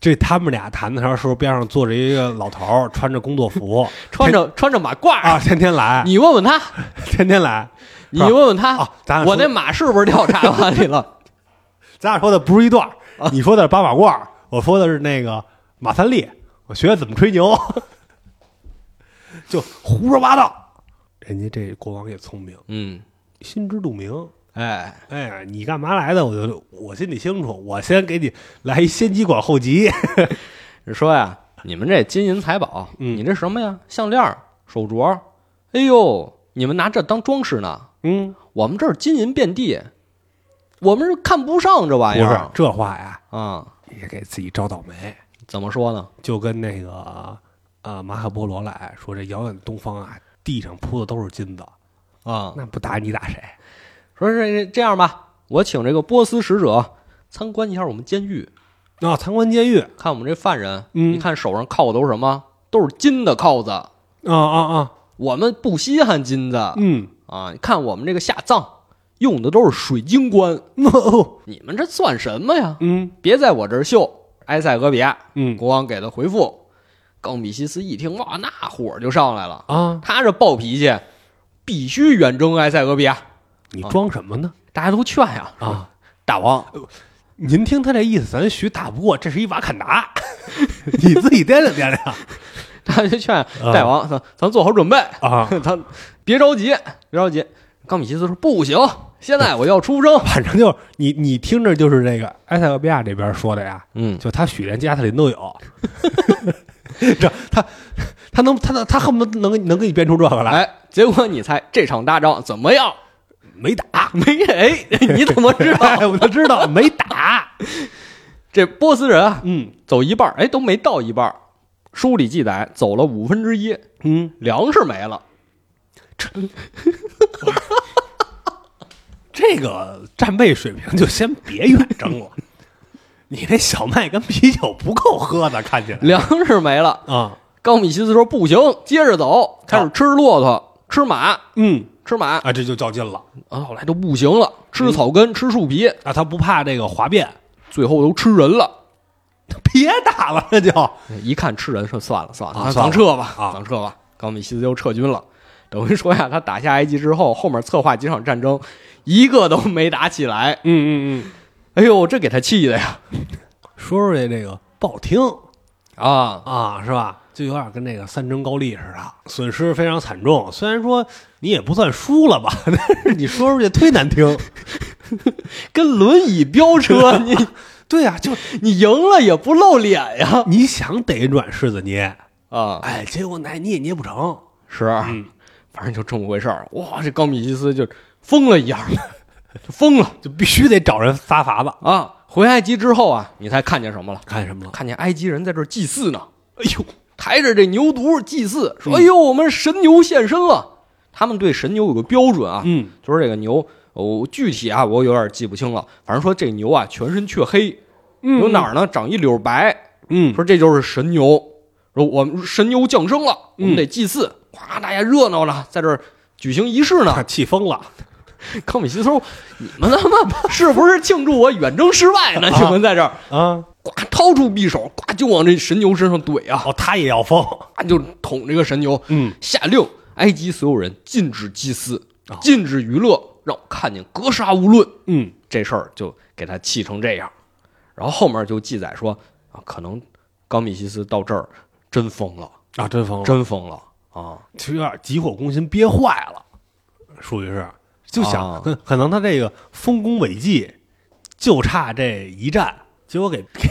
A: 这他们俩谈的时候，是不是边上坐着一个老头儿，穿着工作服，
B: 穿着穿着马褂。
A: 天啊，天天来，
B: 你问问他，
A: 天天来，
B: 你问问他，
A: 啊咱俩说
B: 我那马是不是调查完你了？
A: 咱俩说的不是一段儿，你说的是八马褂儿，我说的是那个 马三立，我学怎么吹牛，就胡说八道。人家这国王也聪明，
B: 嗯，
A: 心知肚明。
B: 哎，
A: 哎，你干嘛来的？我就我心里清楚，我先给你来一先机管后急。
B: 说呀，你们这金银财宝，
A: 嗯
B: 你这什么呀？项链儿、手镯，哎呦，你们拿这当装饰呢？
A: 嗯，
B: 我们这儿金银遍地，我们是看不上这
A: 不
B: 玩意
A: 是
B: 儿
A: 这话呀，
B: 啊、
A: 也给自己招倒霉。
B: 怎么说呢？
A: 就跟那个呃马可波罗来说，这遥远东方啊，地上铺的都是金子，
B: 啊、
A: 那不打你打谁？
B: 说是这样吧，我请这个波斯使者参观一下我们监狱，
A: 啊、参观监狱，
B: 看我们这犯人，
A: 嗯
B: 你看手上铐的都是什么？都是金的铐子，
A: 啊啊啊，
B: 我们不稀罕金子
A: 嗯，
B: 啊！你看我们这个下葬用的都是水晶棺，
A: 哦，
B: 你们这算什么呀？
A: 嗯
B: 别在我这儿秀！埃塞俄比亚
A: 嗯
B: 国王给的回复，冈比西斯一听，哇，那火就上来了。
A: 啊，
B: 他这暴脾气，必须远征埃塞俄比亚。
A: 你装什么呢？
B: 大家都劝呀、
A: 啊，
B: 大王，
A: 您听他这意思，咱许打不过，这是一瓦坎达， 你自己掂量掂量
B: 大家就劝大王，咱咱做好准备，
A: 啊。
B: 咱别着急，别着急。冈比西斯说不行，现在我要出征。
A: 反正就是你，你听着就是这个埃塞俄比亚这边说的呀，
B: 嗯，
A: 就他许连加特林都 有，这他他能他能他恨不得能能给你编出这个来，
B: 哎，结果你猜这场大仗怎么样？
A: 没打，
B: 没哎，你怎么知 道？
A: 哎，我就知道没打。
B: 这波斯人啊，
A: 嗯
B: 走一半儿，哎，都没到一半儿。书里记载，走了五分之一，
A: 嗯，
B: 粮食没了。
A: 这个战备水平就先别远征了。你这小麦跟啤酒不够喝的，看起来
B: 粮食没了。
A: 啊，
B: 高米西斯说：“不行，接着走，开始吃骆驼，吃马，
A: 嗯
B: 吃马。
A: 啊，这就较劲了
B: 啊，后来都不行了，吃
A: 嗯
B: 草根，吃树皮，
A: 啊，他不怕这个哗变，
B: 最后都吃人了。 哎
A: 别打了，那就
B: 一看吃人，说算了算了，
A: 啊
B: 咱
A: 算
B: 咱
A: 了
B: 撤吧，
A: 啊
B: 咱撤吧。”高米西斯又撤军了。等于说呀，他打下埃及之后，后面策划几场战争，一个都没打起来。
A: 嗯嗯嗯，
B: 哎呦，这给他气的呀！
A: 说出来这个不好听
B: 啊，
A: 啊，是吧？就有点跟那个三征高丽似的，损失非常惨重。虽然说你也不算输了吧， 但是你说出去忒难听。
B: 跟轮椅飙车，你
A: 对呀、就
B: 你赢了也不露脸呀！
A: 你想逮软柿子捏，
B: 啊，
A: 哎，结果奶你也捏不成。
B: 是，
A: 啊
B: 反正就这么回事儿。哇，这高米西斯就疯了一样，就疯了
A: 就必须得找人发法子。
B: 啊！回埃及之后啊，你猜看见什么了？
A: 看什么了？
B: 看见埃及人在这儿祭祀呢，
A: 哎呦，
B: 抬着这牛犊祭祀，说：“
A: 嗯
B: 哎呦，我们神牛现身了。”他们对神牛有个标准啊，
A: 嗯，
B: 就是这个牛，我具体啊我有点记不清了，反正说这牛啊全身黢黑，有哪儿呢长一绺白，
A: 嗯，
B: 说这就是神牛，说我们神牛降生了，我
A: 嗯
B: 们得祭祀，哗，大家热闹了，在这儿举行仪式呢
A: 他。气疯了，
B: 康米西斯说：“你们他 妈是不是庆祝我远征失败呢？
A: 啊
B: 你们在这儿，
A: 啊！
B: 呱，掏出匕首，呱，就往这神牛身上怼啊，
A: 哦，他也要疯，
B: 呱就捅这个神牛。
A: 嗯，
B: 下令，埃及所有人禁止祭祀
A: 啊，
B: 禁止娱乐，让我看见格杀勿论。”
A: 嗯，
B: 这事儿就给他气成这样。然后后面就记载说啊，可能高米西斯到这儿真疯了。
A: 啊，真疯了，
B: 真疯了啊！
A: 就有点急火攻心，憋坏了，属于是，就想
B: 啊
A: 可可能他这个丰功伟绩，就差这一战，结果给给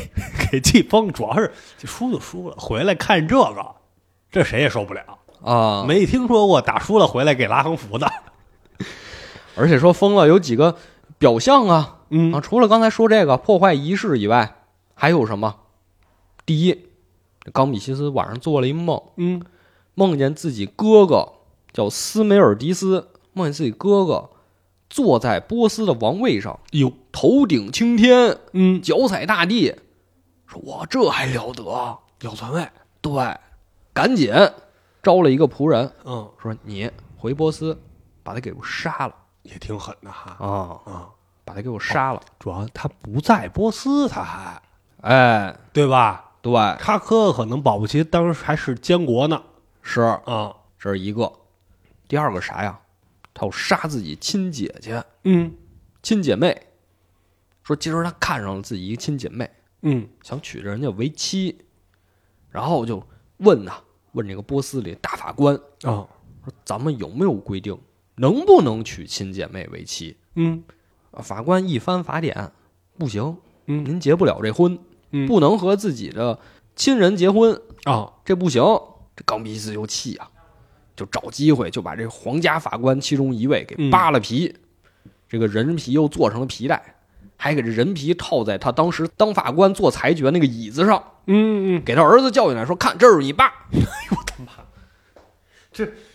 A: 给气疯，主要是就输就输了，回来看这个，这谁也受不了，
B: 啊，
A: 没听说过打输了回来给拉横幅的，
B: 而且说疯了有几个表象啊
A: 嗯
B: 啊，除了刚才说这个破坏仪式以外，还有什么？第一，冈比西斯晚上做了一梦，
A: 嗯
B: 梦见自己哥哥叫斯梅尔迪斯，梦见自己哥哥坐在波斯的王位上，
A: 哟，
B: 头顶青天，
A: 嗯，
B: 脚踩大地，说我这还了得？
A: 要篡位，
B: 对，赶紧招了一个仆人，
A: 嗯，
B: 说你回波斯，把他给我杀了
A: 也挺狠的哈，
B: 啊！
A: 啊。
B: 把他给我杀了。
A: 主要他不在波斯，他还
B: 哎，
A: 对吧？
B: 对，
A: 喀科可能保不齐当时还是监国呢
B: 是
A: 啊。
B: 这是一个。第二个啥呀？他要杀自己亲姐姐、
A: 嗯
B: 亲姐妹。说今儿他看上了自己一个亲姐妹，
A: 嗯
B: 想娶着人家为妻，然后就问呐、问这个波斯里大法官
A: 啊
B: 说咱们有没有规定，能不能娶亲姐妹为妻？
A: 嗯
B: 啊法官一翻法典，不行，
A: 嗯
B: 您结不了这婚，
A: 嗯
B: 不能和自己的亲人结婚，
A: 啊，
B: 这不行。这冈比斯就气啊，就找机会就把这皇家法官其中一位给
A: 嗯
B: 扒了皮，这个人皮又做成了皮带，还给这人皮套在他当时当法官做裁决那个椅子上，
A: 嗯嗯，
B: 给他儿子教训来说：“看，这是你爸。”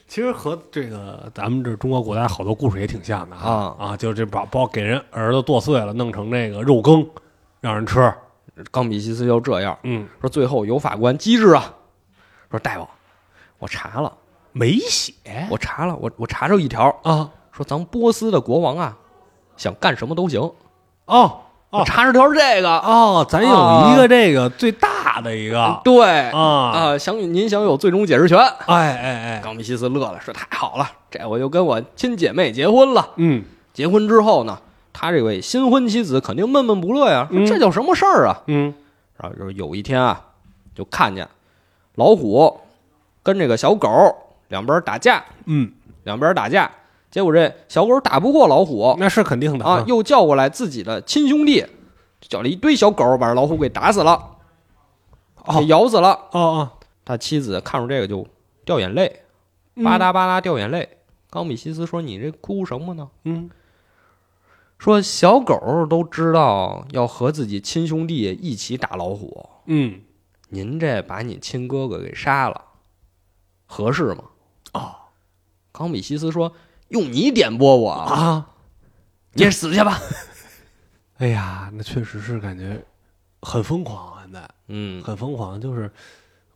A: 其实和这个咱们这中国古代好多故事也挺像的啊，就是这把包给人儿子剁碎了，弄成那个肉羹让人吃，
B: 冈比西斯就这样
A: 嗯，
B: 说，最后有法官机智啊，说大王，我查了，
A: 没写
B: 我查了，我我查着一条，
A: 啊，
B: 说咱波斯的国王啊，想干什么都行。
A: 哦
B: 我
A: 哦
B: 查着条这个，
A: 哦，咱有一个这个最大的一个
B: 对
A: 啊，
B: 啊，享您享有最终解释权。
A: 哎哎哎，
B: 冈比西斯乐了，说太好了，这我就跟我亲姐妹结婚了。
A: 嗯
B: 结婚之后呢，他这位新婚妻子肯定闷闷不乐呀，说
A: 嗯
B: 这叫什么事儿啊？
A: 嗯
B: 然后就是有一天啊，就看见老虎跟这个小狗两边打架，
A: 嗯，
B: 两边打架，结果这小狗打不过老虎
A: 哦那是肯定的
B: 啊，又叫过来自己的亲兄弟，叫了一堆小狗把老虎给打死了，
A: 哦
B: 给咬死了。
A: 哦哦，
B: 他妻子看着这个就掉眼泪，
A: 嗯
B: 吧嗒吧嗒掉眼泪。冈比西斯说：“你这哭什么呢？”
A: 嗯
B: 说小狗都知道要和自己亲兄弟一起打老虎，
A: 嗯
B: 您这把你亲哥哥给杀了，合适吗？
A: 哦，
B: 冈比西斯说：“用你点拨我，啊，
A: 啊。
B: 你死去吧。
A: 哎呀，那确实是感觉很疯狂啊，现在”
B: 嗯，
A: 很疯狂，就是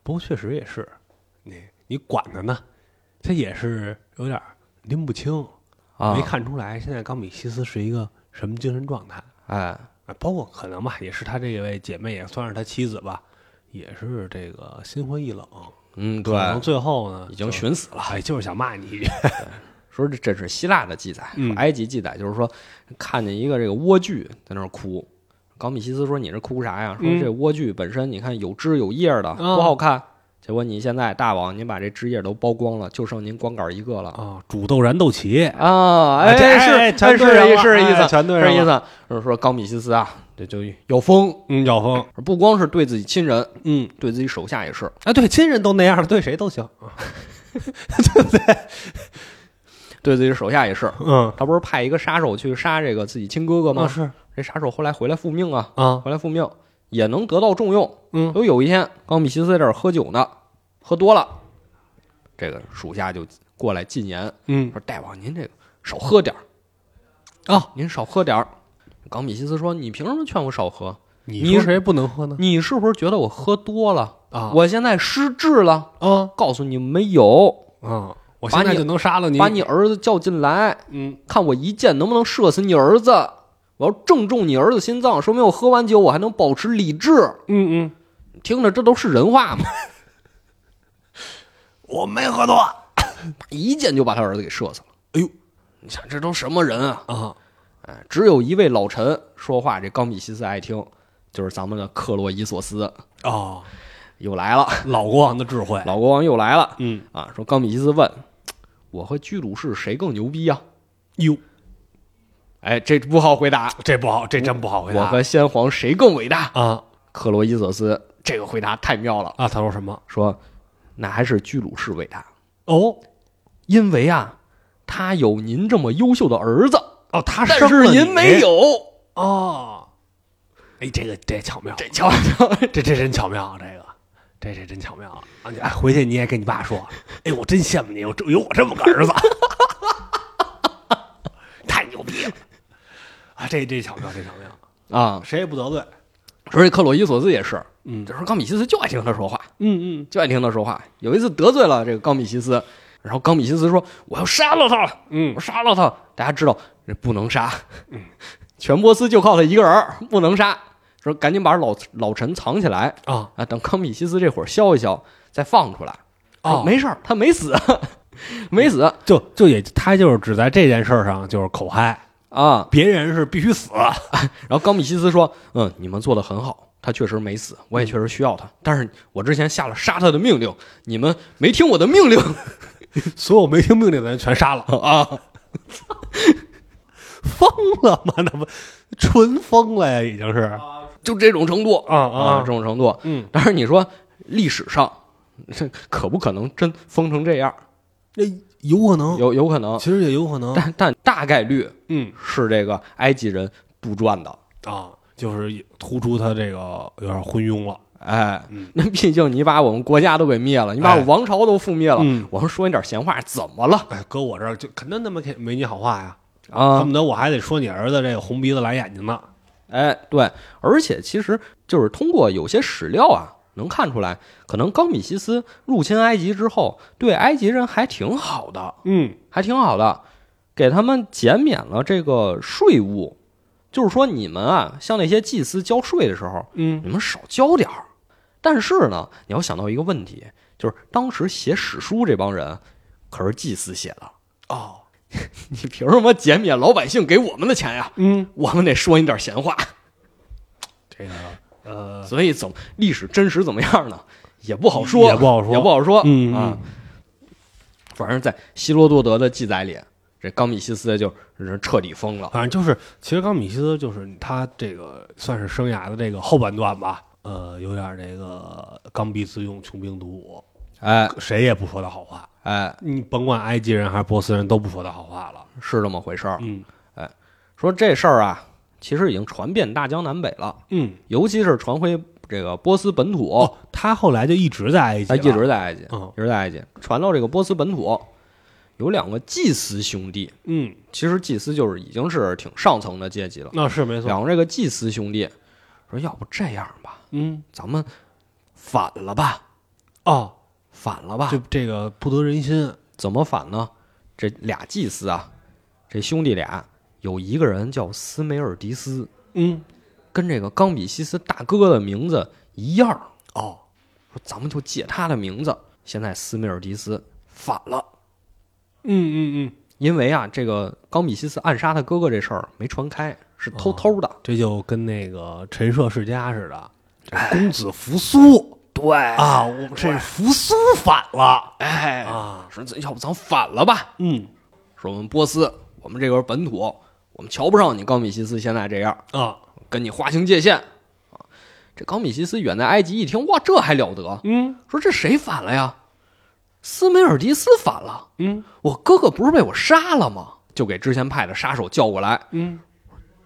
A: 不过确实也是，你你管他呢，他也是有点儿拎不清，
B: 啊
A: 没，看出来现在冈比西斯是一个什么精神状态
B: 哎，
A: 啊，包括可能吧，也是他这位姐妹也算是他妻子吧，也是这个心灰意冷，
B: 嗯，
A: 可能
B: 对，
A: 最后呢
B: 已经
A: 就
B: 寻死了。
A: 哎就是想骂你一句，
B: 说这这是希腊的记载，
A: 嗯
B: 说埃及记载就是说看见一个这个莴苣在那儿哭，冈比西斯说：“你这哭啥呀？”说
A: 嗯
B: 这莴苣本身你看有枝有叶的，
A: 啊
B: 多好看。结果你现在大王，您把这枝叶都剥光了，就剩您光杆儿一个了
A: 啊，煮豆燃豆萁，
B: 啊！哎，
A: 这
B: 是
A: 哎全
B: 哎是
A: 对上了
B: 是意思
A: 哎，全对
B: 是
A: 上
B: 意
A: 了，
B: 思，就是说冈比西斯啊，这就有风，
A: 嗯，赵峰，
B: 不光是对自己亲人，
A: 嗯。
B: 对自己手下也是。
A: 啊，对，亲人都那样，对谁都行。
B: 对自己手下也是。
A: 嗯，啊
B: 他不是派一个杀手去杀这个自己亲哥哥吗？
A: 是
B: 这杀手后来回来复命啊，
A: 啊，
B: 回来复命也能得到重用。
A: 嗯
B: 都有一天，冈比西斯在这儿喝酒呢，喝多了，这个属下就过来进言
A: 嗯
B: 说：“大王，您这个少喝点儿啊，您少喝点儿。”冈比西斯说：“你凭什么劝我少喝？
A: 你
B: 你
A: 说谁不能喝呢？
B: 你是不是觉得我喝多了？
A: 啊
B: 我现在失智了？
A: 啊
B: 告诉你没有，
A: 啊！我
B: 把
A: 现在
B: 你
A: 就能杀了你，
B: 把你儿子叫进来，
A: 嗯
B: 看我一箭能不能射死你儿子。我要正中你儿子心脏，说明我喝完酒我还能保持理智。
A: 嗯嗯，
B: 听着，这都是人话吗？
A: 我没喝多
B: 一箭就把他儿子给射死了。
A: 哎呦，
B: 你想这都什么人啊？
A: 啊
B: 哎，只有一位老臣说话，这冈比西斯爱听，就是咱们的克洛伊索斯
A: 哦，
B: 又来了，
A: 老国王的智慧，
B: 老国王又来了
A: 嗯
B: 啊！说冈比西斯问我和居鲁士谁更牛逼呀、
A: 哟，
B: 哎，这不好回答。
A: 这不好，这真不好回
B: 我
A: 答
B: 和先皇谁更伟大？
A: 啊
B: 克洛伊索斯这个回答太妙了，
A: 啊！他说什么？
B: 说那还是居鲁士伟大，
A: 哦
B: 因为啊，他有您这么优秀的儿子，
A: 哦，他
B: 但是您没有。
A: 哦。哎，这个这巧妙，
B: 这瞧瞧，
A: 这这真巧妙，这个这这真巧妙啊！你哎，回去你也跟你爸说，哎，我真羡慕你，我这有我这么个儿子， 太牛逼了啊！这这巧妙，这巧妙，
B: 啊，
A: 谁也不得罪。
B: 所以克洛伊索斯也是，
A: 嗯
B: 这时候冈比西斯就爱听他说话，
A: 嗯嗯
B: 就爱听他说话。有一次得罪了这个冈比西斯，然后冈比西斯说：“我要杀了他，
A: 嗯
B: 我杀了他。”大家知道这不能杀， 全波斯就靠他一个人儿，不能杀。说赶紧把老老臣藏起来，
A: 啊
B: 啊，等冈比西斯这会儿消一消，再放出来。
A: 哦，
B: 没事儿，他没死， 没死
A: 就就也他就是只在这件事儿上就是口嗨，
B: 啊。
A: 别人是必须死。啊
B: 然后冈比西斯说：“嗯，你们做的很好，他确实没死，我也确实需要他，但是我之前下了杀他的命令，你们没听我的命令，
A: 所有没听命令的人全杀了 啊！疯了吗？那不纯疯了呀，已经是啊
B: 就这种程度啊，这
A: 啊！
B: 种程度。
A: 嗯，
B: 但是你说历史上，这可不可能真封成这样？
A: 那有可能，
B: 有有可能，
A: 其实也有可能。
B: 但但大概率
A: 嗯
B: 是这个埃及人杜撰的。
A: 啊，就是突出他这个有点昏庸了。
B: 哎
A: 嗯，
B: 那毕竟你把我们国家都给灭了，你把
A: 哎
B: 我王朝都覆灭了，
A: 嗯
B: 我们说你点闲话怎么了
A: 哎，搁我这儿就肯定他妈没没你好话呀，恨
B: 啊？
A: 不得我还得说你儿子这个红鼻子蓝眼睛呢。
B: 哎，对，而且其实就是通过有些史料啊，能看出来，可能高米西斯入侵埃及之后，对埃及人还挺好的，
A: 嗯
B: 还挺好的，给他们减免了这个税务，就是说你们啊，向那些祭司交税的时候，
A: 嗯
B: 你们少交点儿。但是呢，你要想到一个问题，就是当时写史书这帮人可是祭司写的，
A: 哦
B: 你凭什么减免老百姓给我们的钱呀？
A: 嗯，
B: 我们得说你点闲话。
A: 这个呃
B: 所以怎么历史真实怎么样呢？也不好说，
A: 也不好说
B: 也不好说。
A: 嗯
B: 啊，反正在希罗多德的记载里，这冈米西斯就是彻底疯了。
A: 反正就是，其实冈米西斯就是他这个算是生涯的这个后半段吧，呃，有点这个刚愎自用、穷兵黩武，
B: 哎
A: 谁也不说他好话，
B: 哎，
A: 你甭管埃及人还是波斯人都不说他好话了。
B: 是这么回事儿。
A: 嗯
B: 说这事儿啊，其实已经传遍大江南北了，
A: 嗯，
B: 尤其是传回这个波斯本土。
A: 哦，他后来就一直在埃及
B: 他
A: 了，
B: 一直在埃及，
A: 嗯
B: 一直在埃及，传到这个波斯本土，有两个祭司兄弟，
A: 嗯，
B: 其实祭司就是已经是挺上层的阶级了。
A: 那是没错，
B: 两个这个祭司兄弟说：“要不这样吧，
A: 嗯
B: 咱们反了吧，
A: 哦，
B: 反了吧
A: 就？这个不得人心，
B: 怎么反呢？这俩祭司啊，这兄弟俩有一个人叫斯梅尔迪斯，
A: 嗯
B: 跟这个冈比西斯大哥的名字一样，
A: 哦，
B: 说咱们就借他的名字。现在斯梅尔迪斯反了。”
A: 嗯嗯嗯，
B: 因为啊，这个冈比西斯暗杀他哥哥这事儿没传开，是偷偷的。
A: 这就跟那个陈涉世家似的，这哎公子扶苏
B: 对啊，
A: 啊，我们这扶苏反了
B: 哎，
A: 啊，
B: 说咱要不咱反了吧？
A: 嗯
B: 说我们波斯，我们这边本土，我们瞧不上你冈比西斯现在这样，
A: 啊。
B: 跟你划清界限啊。这冈比西斯远在埃及一听，哇，这还了得？
A: 嗯
B: 说这谁反了呀？斯梅尔迪斯反了，
A: 嗯
B: 我哥哥不是被我杀了吗？就给之前派的杀手叫过来，
A: 嗯，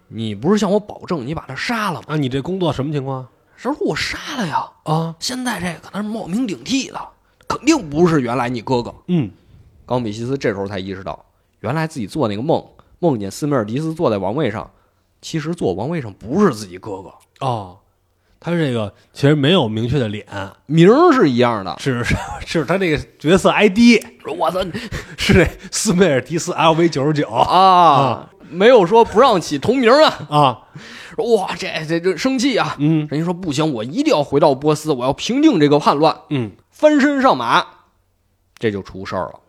B: 你不是向我保证你把他杀了吗？
A: 啊，你这工作什么情况
B: 谁说我杀了呀？
A: 啊？
B: 现在这个他是冒名顶替的，肯定不是原来你哥哥。
A: 嗯，
B: 冈比西斯这时候才意识到，原来自己做那个梦，梦见斯梅尔迪斯坐在王位上，其实坐王位上不是自己哥哥，
A: 哦，他这个其实没有明确的脸，
B: 名儿是一样的。
A: 只是 是他这个角色 ID
B: 说我操
A: 是这斯梅尔迪斯 LV 九十九
B: 啊！没有说不让起同名啊！
A: 啊，
B: 说哇，这这这生气啊！
A: 嗯
B: 人家说不行，我一定要回到波斯，我要平定这个叛乱，
A: 嗯
B: 翻身上马，这就出事儿了。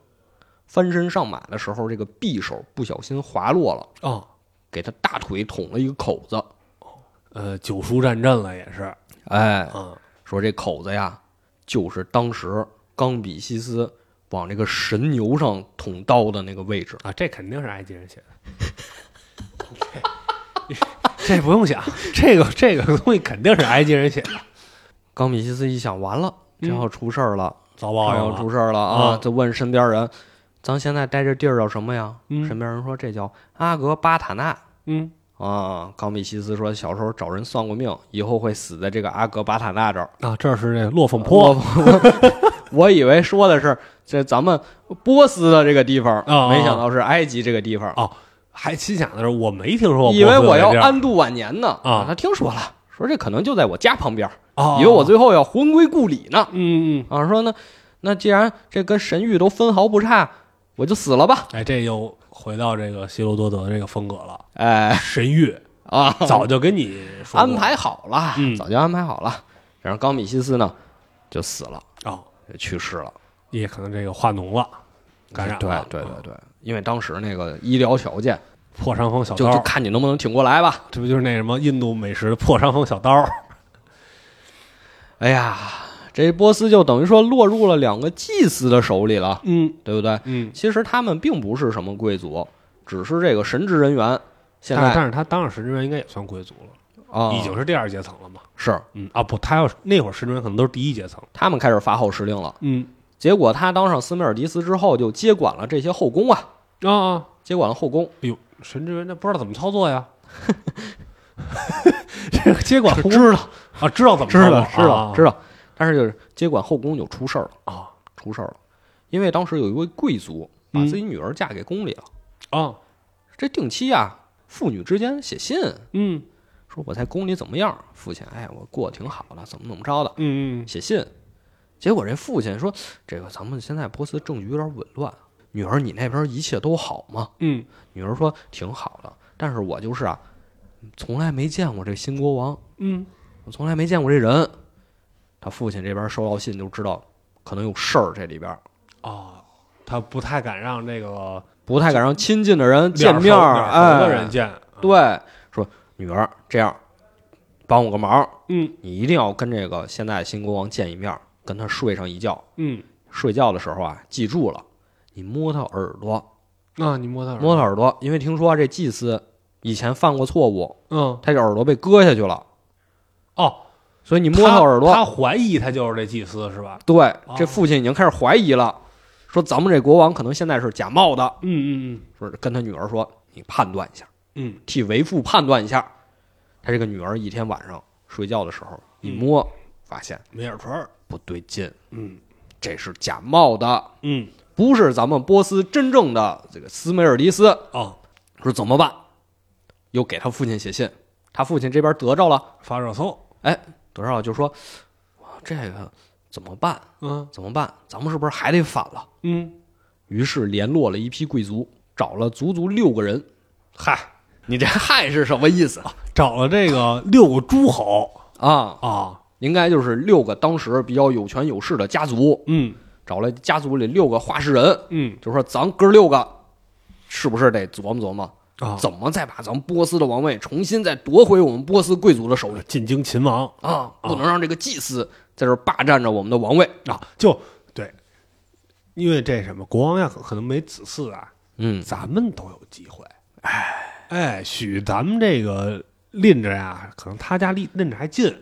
B: 翻身上马的时候，这个匕首不小心滑落了，
A: 哦，
B: 给他大腿捅了一个口子。
A: 呃，九叔战阵了也是，
B: 哎，
A: 嗯
B: 说这口子呀，就是当时冈比西斯往这个神牛上捅刀的那个位置。
A: 啊，这肯定是埃及人写的。这 这不用想，这个这个东西肯定是埃及人写的，
B: 冈比西斯一想，完了，这要出事儿了，
A: 遭
B: 这
A: 报应
B: 要
A: 了。
B: 出事儿了啊！
A: 哦嗯
B: 就问身边人，咱现在待这地儿叫什么呀？
A: 嗯
B: 身边人说这叫阿格巴塔纳。
A: 嗯，
B: 啊，冈比西斯说，小时候找人算过命，以后会死在这个阿格巴塔纳这儿。
A: 啊，这是这落凤
B: 我
A: 坡
B: 我 我以为说的是这咱们波斯的这个地方，
A: 啊
B: 没想到是埃及这个地方。
A: 哦，还心想的是我没听说过波斯
B: 以
A: 有这地
B: 为
A: 儿，
B: 我要安度晚年呢
A: 啊
B: 他听说了，说这可能就在我家旁边，
A: 哦，
B: 以为我最后要魂归故里呢。
A: 嗯嗯，
B: 啊，说呢，那既然这跟神域都分毫不差，我就死了吧。
A: 哎，这又回到这个希罗多德的这个风格了。
B: 哎
A: 神域
B: 啊，
A: 早就跟你说过
B: 安排好了，
A: 嗯
B: 早就安排好了。然后冈比西斯呢，就死了，
A: 哦，
B: 就去世了。
A: 也可能这个化脓了，感染
B: 对
A: 了，
B: 对对对，因为当时那个医疗条件，
A: 破伤风小
B: 就就
A: 刀，
B: 看你能不能挺过来吧。
A: 这不就是那什么印度美食的破伤风小刀？
B: 哎呀，这波斯就等于说落入了两个祭司的手里了，
A: 嗯
B: 对不对？
A: 嗯，
B: 其实他们并不是什么贵族，只是这个神职人员。现
A: 但是
B: 在
A: 但是他当上神职员应该也算贵族了，
B: 啊，
A: 已经是第二阶层了嘛。
B: 是
A: 嗯啊不，他要是那会儿神职员可能都是第一阶层。
B: 他们开始发号施令了。
A: 嗯
B: 结果他当上斯梅尔迪斯之后，就接管了这些后宫啊，
A: 啊啊，
B: 接管了后宫，
A: 哎呦，神职员那不知道怎么操作呀。 这个接管 后宫
B: 知道
A: 啊，知道怎么
B: 知
A: 操
B: 道
A: 作
B: 知道知
A: 道
B: 道，但是就是接管后宫就出事儿了，
A: 啊
B: 出事儿了，因为当时有一位贵族把
A: 嗯
B: 自己女儿嫁给宫里了，
A: 啊
B: 这定期啊，父女之间写信
A: 嗯
B: 说我在宫里怎么样，父亲哎我过得挺好的，怎么怎么着的，
A: 嗯嗯
B: 写信，结果这父亲说这个咱们现在波斯政局有点紊乱，啊女儿你那边一切都好吗？
A: 嗯
B: 女儿说挺好的，但是我就是啊，从来没见过这新国王，
A: 嗯
B: 我从来没见过这人。他父亲这边收到信就知道可能有事儿，这里边
A: 啊，他不太敢让这个
B: 不太敢让亲近的人见面
A: 脸熟
B: 儿，
A: 脸熟的
B: 哎
A: 人见。嗯
B: 对，说女儿这样，帮我个忙，
A: 嗯
B: 你一定要跟这个现在新国王见一面儿，跟他睡上一觉。
A: 嗯，
B: 睡觉的时候啊，记住了，你摸他耳朵，
A: 那你摸他耳朵
B: 摸他耳朵，因为听说这祭司以前犯过错误，
A: 嗯
B: 他这耳朵被割下去了，
A: 哦，
B: 所以你摸他耳朵，
A: 他啊怀疑他就是这祭司是吧？
B: 对，这父亲已经开始怀疑了，说咱们这国王可能现在是假冒的，
A: 嗯嗯
B: 说跟他女儿说，你判断一下，
A: 嗯
B: 替为父判断一下。他这个女儿一天晚上睡觉的时候一摸，发现
A: 嗯，没耳垂儿。
B: 不对劲，
A: 嗯
B: 这是假冒的，
A: 嗯
B: 不是咱们波斯真正的这个斯梅尔迪斯。
A: 哦，
B: 说怎么办？又给他父亲写信，他父亲这边得着了，
A: 发热搜。
B: 得着了就说，哇这个怎么办？
A: 嗯
B: 怎么办？咱们是不是还得反了？
A: 嗯，
B: 于是联络了一批贵族，找了足足六个人。
A: 嗨，
B: 你这“害”是什么意思
A: 找了这个六个诸侯
B: 啊？
A: 啊。
B: 应该就是六个当时比较有权有势的家族，
A: 嗯
B: 找了家族里六个画事人，
A: 嗯
B: 就说咱哥六个是不是得琢磨琢磨，
A: 啊，
B: 怎么再把咱们波斯的王位重新再夺回我们波斯贵族的手里
A: 进京秦王
B: 啊？不能让这个祭司在这儿霸占着我们的王位。
A: 啊，就对，因为这什么国王呀，可可能没子嗣啊，
B: 嗯，
A: 咱们都有机会。哎哎，许咱们这个拎着呀，可能他家离拎着还近，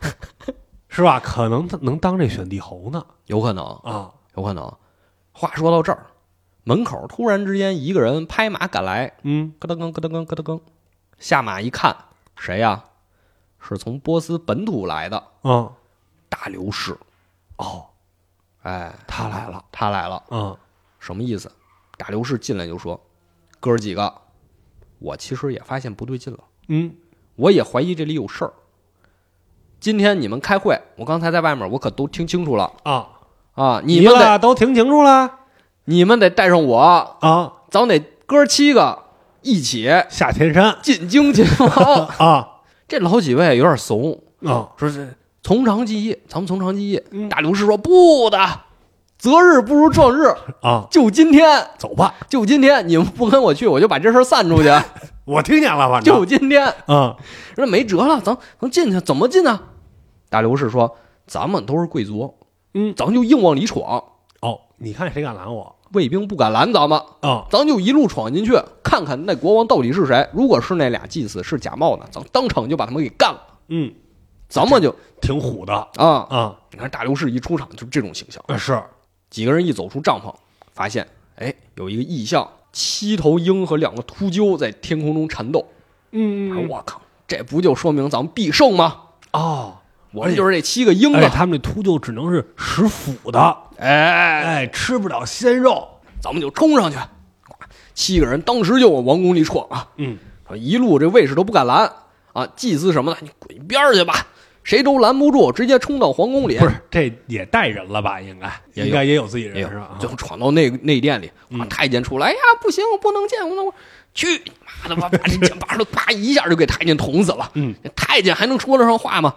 A: 是吧？可能他能当这选帝侯呢
B: 有可能，
A: 啊！
B: 有可能。话说到这儿，门口突然之间一个人拍马赶来，
A: 嗯，
B: 咯噔噔咯噔噔咯噔噔，下马一看，谁呀、是从波斯本土来的
A: 啊，
B: 大流士。
A: 哦，
B: 哎，
A: 他来了，
B: 他来了，
A: 嗯
B: 什么意思？大流士进来就说：“哥儿几个，我其实也发现不对劲了，
A: 嗯
B: 我也怀疑这里有事儿。今天你们开会，我刚才在外面，我可都听清楚了
A: 啊，
B: 啊！
A: 你
B: 们得，
A: 俩都听清楚了
B: 你们得带上我，
A: 啊？
B: 咱得哥儿七个一起
A: 下天山
B: 进京 秦王。
A: 啊
B: 这老几位有点怂，
A: 啊，
B: 说是从长计议，咱们从长计议。
A: 嗯
B: 大流士说不的，择日不如撞日，
A: 啊，
B: 就今天，
A: 走吧，
B: 就今天，你们不跟我去，我就把这事儿 散出去，
A: 我听见了，反正
B: 就今天。
A: 啊
B: 说没辙了，咱咱进去，怎么进呢？大流士说，咱们都是贵族，
A: 嗯，
B: 咱就硬往里闯，
A: 哦，你看谁敢拦我
B: 卫兵不敢拦咱们，
A: 啊？
B: 咱就一路闯进去，看看那国王到底是谁。如果是那俩祭司是假冒的，咱当场就把他们给干了。
A: 嗯，
B: 咱们就
A: 挺虎的
B: 啊，
A: 啊，
B: 你看大流士一出场就是这种形象。
A: 呃是
B: 几个人一走出帐篷，发现哎有一个异象，七头鹰和两个秃鹫在天空中缠斗。
A: 嗯
B: 哎我靠，这不就说明咱们必胜吗？
A: 哦，
B: 我们就是这七个鹰
A: 而且
B: 啊！
A: 他们这秃鹫只能是食腐的，
B: 哎，
A: 哎，吃不了鲜肉。
B: 咱们就冲上去！七个人当时就往王宫里闯啊！
A: 嗯，
B: 一路这卫士都不敢拦啊！祭司什么的，你滚一边儿去吧，谁都拦不住，直接冲到皇宫里。
A: 不是，这也带人了吧？应该
B: 也有
A: 应该也有自己人
B: 哎呦
A: 是啊嗯吧？
B: 就闯到内内殿里，啊，太监出来，哎呀，不行，我不能见，我能去你妈的吧，把这剑拔了，啪一下就给太监捅死了。
A: 嗯，
B: 太监还能说得上话吗？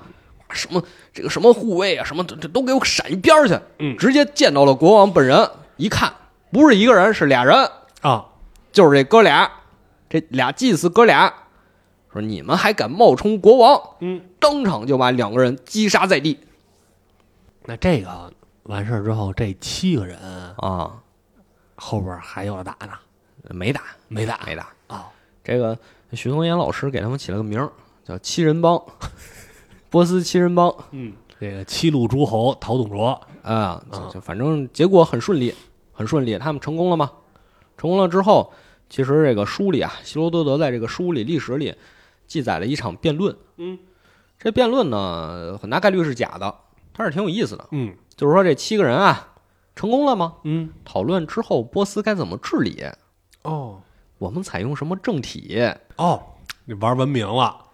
B: 啊什么这个什么护卫啊，什么这这都给我闪一边儿去。
A: 嗯
B: 直接见到了国王本人，一看不是一个人，是俩人，
A: 啊，
B: 就是这哥俩，这俩祭司哥俩，说你们还敢冒充国王，
A: 嗯，
B: 当场就把两个人击杀在地。
A: 那这个完事儿之后，这七个人
B: 啊，
A: 后边还要打呢，
B: 没打，
A: 没打
B: 没打。
A: 啊？
B: 这个徐松岩老师给他们起了个名儿，叫七人帮，波斯七人帮
A: 嗯，这个七路诸侯陶董卓，
B: 啊，
A: 嗯
B: 就就反正结果很顺利，很顺利，他们成功了吗？成功了之后，其实这个书里啊，希罗多德在这个书里历史里记载了一场辩论，
A: 嗯，
B: 这辩论呢很大概率是假的，但是挺有意思的，
A: 嗯
B: 就是说这七个人啊成功了吗？
A: 嗯，
B: 讨论之后波斯该怎么治理，
A: 哦
B: 我们采用什么政体？
A: 哦，你玩文明了，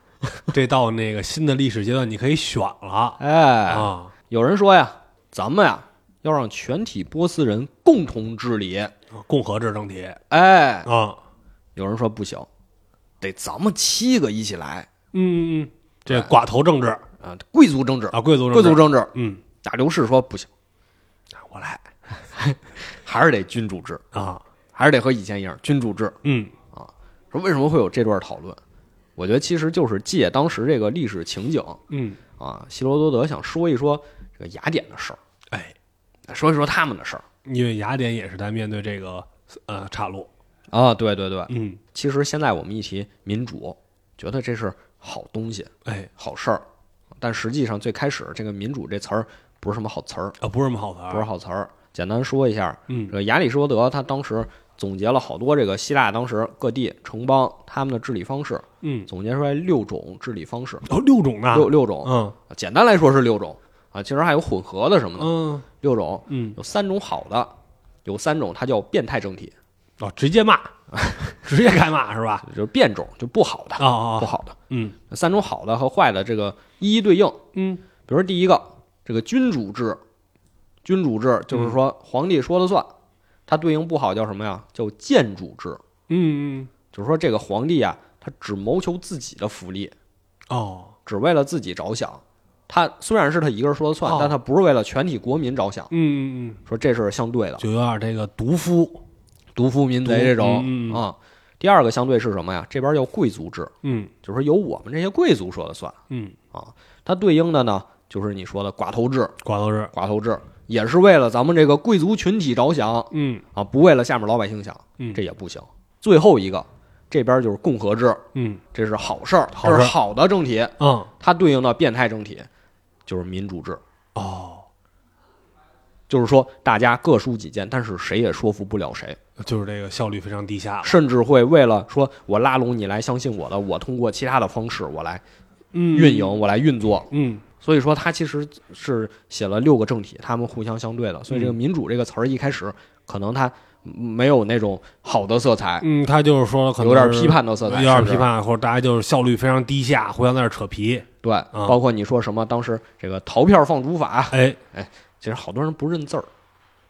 A: 这到那个新的历史阶段，你可以选了
B: 哎，
A: 啊。
B: 有人说呀，咱们呀要让全体波斯人共同治理。
A: 共和制政体
B: 哎，
A: 啊，
B: 有人说不行，得咱们七个一起来
A: 嗯嗯，嗯，这寡头政治
B: 啊，贵族政治，
A: 啊，贵族政
B: 贵
A: 治，
B: 族政治。
A: 嗯，
B: 大流士说不行，
A: 我来
B: 还是得君主制，
A: 啊，
B: 还是得和以前一样君主制。
A: 嗯
B: 说为什么会有这段讨论？我觉得其实就是借当时这个历史情景
A: 嗯，
B: 啊，希罗多德想说一说这个雅典的事儿，
A: 哎，
B: 说一说他们的事儿
A: 因为雅典也是在面对这个呃岔路，
B: 啊。对对对，
A: 嗯，
B: 其实现在我们一提民主，觉得这是好东西，
A: 哎
B: 好事儿，但实际上最开始这个“民主”这词儿不是什么好词儿，
A: 啊，不是什么好词
B: 不是
A: 儿，
B: 好词儿。简单说一下，这
A: 嗯
B: 个亚里士多德他当时总结了好多这个希腊当时各地城邦他们的治理方式，
A: 嗯，
B: 总结出来六种治理方式，
A: 哦，六种呢，
B: 六六种，
A: 嗯
B: 简单来说是六种啊，其实还有混合的什么的，
A: 嗯
B: 六种
A: 嗯，
B: 有三种好的，有三种它叫变态政体，
A: 哦，直 接骂，直接开骂是吧？
B: 就是变种就不好的，
A: 啊啊
B: 不
A: 啊，
B: 好的，
A: 嗯
B: 三种好的和坏的这个一一对应。
A: 嗯
B: 比如说第一个，这个君主制，君主制就是说皇帝说了算，它对应不好叫什么呀？叫建主制，
A: 嗯嗯，
B: 就是说这个皇帝啊，他只谋求自己的福利，
A: 哦，
B: 只为了自己着想。他虽然是他一个人说了算，
A: 哦
B: 但他不是为了全体国民着想，
A: 嗯嗯
B: 说这是相对的
A: 嗯，，就有点这个毒夫，
B: 独夫民贼这种啊、
A: 嗯嗯嗯
B: 第二个相对是什么呀？这边叫贵族制，
A: 嗯
B: 就是说由我们这些贵族说了算。
A: 嗯，
B: 它对应的呢，就是你说的寡头制，
A: 寡头是，
B: 寡头制也是为了咱们这个贵族群体着想，
A: 嗯
B: 啊，不为了下面老百姓想，
A: 嗯
B: 这也不行。最后一个，这边就是共和制，
A: 嗯
B: 这是好事儿，
A: 好事儿
B: 这是好的政体，
A: 嗯，
B: 它对应的变态政体就是民主制，
A: 哦，
B: 就是说大家各抒己见，但是谁也说服不了谁，
A: 就是这个效率非常低下，
B: 甚至会为了说我拉拢你来相信我的，我通过其他的方式我来
A: 嗯
B: 运营，，我来运作。
A: 嗯
B: 所以说，它其实是写了六个政体，他们互相相对的。所以
A: 嗯
B: 这个“民主”这个词儿一开始可能它没有那种好的色彩，
A: 嗯，他就是说了，可能
B: 有点
A: 是
B: 批判的色彩，
A: 有点
B: 甚至
A: 批判，或者大家就是效率非常低下，互相在那儿扯皮。
B: 对，包括你说什么当时这个逃票放逐法，
A: 哎，
B: 其实好多人不认字儿，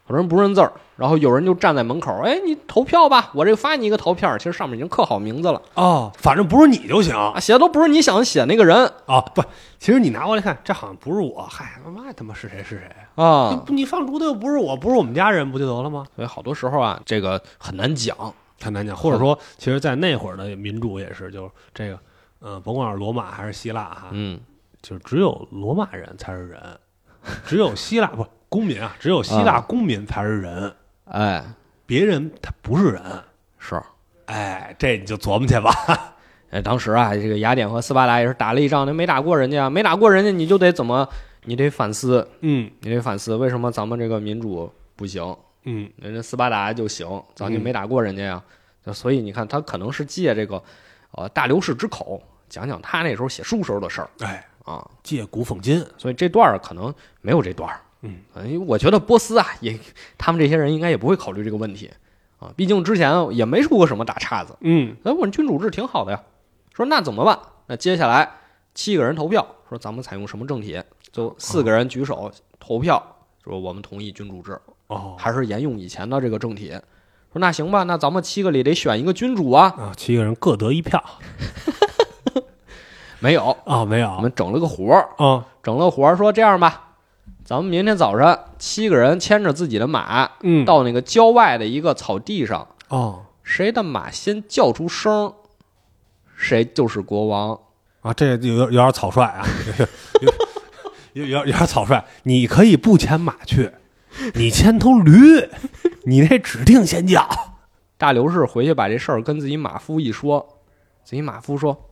B: 好多人不认字儿，然后有人就站在门口，哎，你投票吧，我这发你一个投票，其实上面已经刻好名字了
A: 哦，反正不是你就行啊
B: 啊，写的都不是你想写那个人
A: 不，其实你拿过来看，这好像不是我，嗨，他妈他妈是谁是谁？
B: 啊，
A: 你放逐的又不是我，不是我们家人，不就得了吗？
B: 所以好多时候啊，这个很难讲，
A: 很难讲，或者说，其实，在那会儿的民主也是，就是这个，嗯、甭管是罗马还是希腊哈，
B: 嗯，
A: 就是只有罗马人才是人，只有希腊不公民啊，只有希腊公民才是人，
B: 哎，
A: 别人他不是人。
B: 是。
A: 哎，这你就琢磨去吧。
B: 哎，当时啊，这个雅典和斯巴达也是打了一仗，那没打过人家，没打过人家，你就得怎么，你得反思，
A: 嗯
B: 你得反思，为什么咱们这个民主不行？
A: 嗯
B: 人家斯巴达就行，咱就没打过人家呀。就所以你看，他可能是借这个，呃，大流士之口讲讲他那时候写书时候的事儿
A: 哎，
B: 啊。
A: 借古讽今，
B: 所以这段儿可能没有这段儿。呃
A: 嗯，
B: 因为我觉得波斯啊，也他们这些人应该也不会考虑这个问题啊，毕竟之前也没出过什么大岔子。
A: 嗯
B: 哎，我们君主制挺好的呀。说那怎么办？那接下来七个人投票，说咱们采用什么政体？就四个人举手投票，说我们同意君主制。
A: 哦
B: 还是沿用以前的这个政体。说那行吧，那咱们七个里得选一个君主啊。
A: 啊，七个人各得一票
B: 没有，
A: 啊，没有
B: 我们整了个活儿，
A: 啊，
B: 整了个活儿，说这样吧，咱们明天早晨七个人牵着自己的马
A: 嗯
B: 到那个郊外的一个草地上，
A: 哦
B: 谁的马先叫出声儿，谁就是国王。
A: 啊，这有点有点草率啊，有 有有有点草率，你可以不牵马去，你牵头驴，你那指定先叫。
B: 大刘氏回去把这事儿跟自己马夫一说，自己马夫说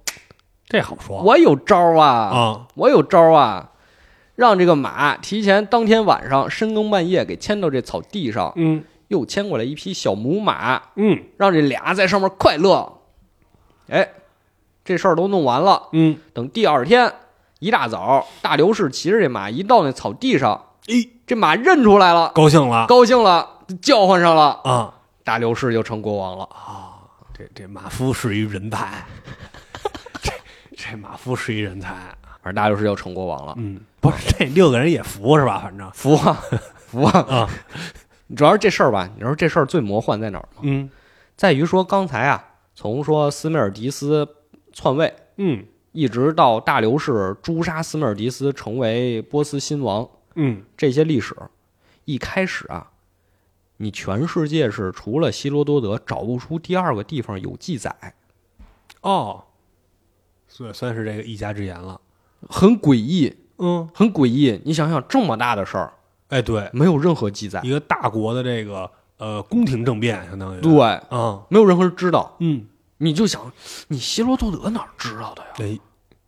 A: 这好：“说
B: 我有招儿啊，
A: 啊，
B: 我有招儿啊，让这个马提前当天晚上深更半夜给牵到这草地上，
A: 嗯
B: 又牵过来一匹小母马，
A: 嗯
B: 让这俩在上面快乐。”哎，这事儿都弄完了，
A: 嗯，
B: 等第二天一大早，大刘氏骑着这马一到那草地上，
A: 哎，
B: 这马认出来了，
A: 高兴了
B: 高兴了，叫唤上了，
A: 啊
B: 大刘氏就成国王了。
A: 啊！这这马夫是一人才， 这这马夫是一人才。
B: 反正大刘氏就成国王了，
A: 嗯，不是这六个人也服是吧？反正
B: 服 啊服啊！
A: 啊，
B: 主要是这事儿吧，你说这事儿最魔幻在哪儿吗？
A: 嗯
B: 在于说刚才啊，从说斯美尔迪斯篡位，
A: 嗯
B: 一直到大流士诛杀斯美尔迪斯，成为波斯新王，
A: 嗯
B: 这些历史，一开始啊，你全世界是除了希罗多德找不出第二个地方有记载，
A: 哦，算算是这个一家之言了。
B: 很诡异，
A: 嗯，
B: 很诡异。你想想，这么大的事儿，
A: 哎，对，
B: 没有任何记载，
A: 一个大国的这个呃宫廷政变，相当于
B: 对，
A: 啊，
B: 没有任何人知道。
A: 嗯，
B: 你就想，你希罗多德哪儿知道的呀？
A: 对，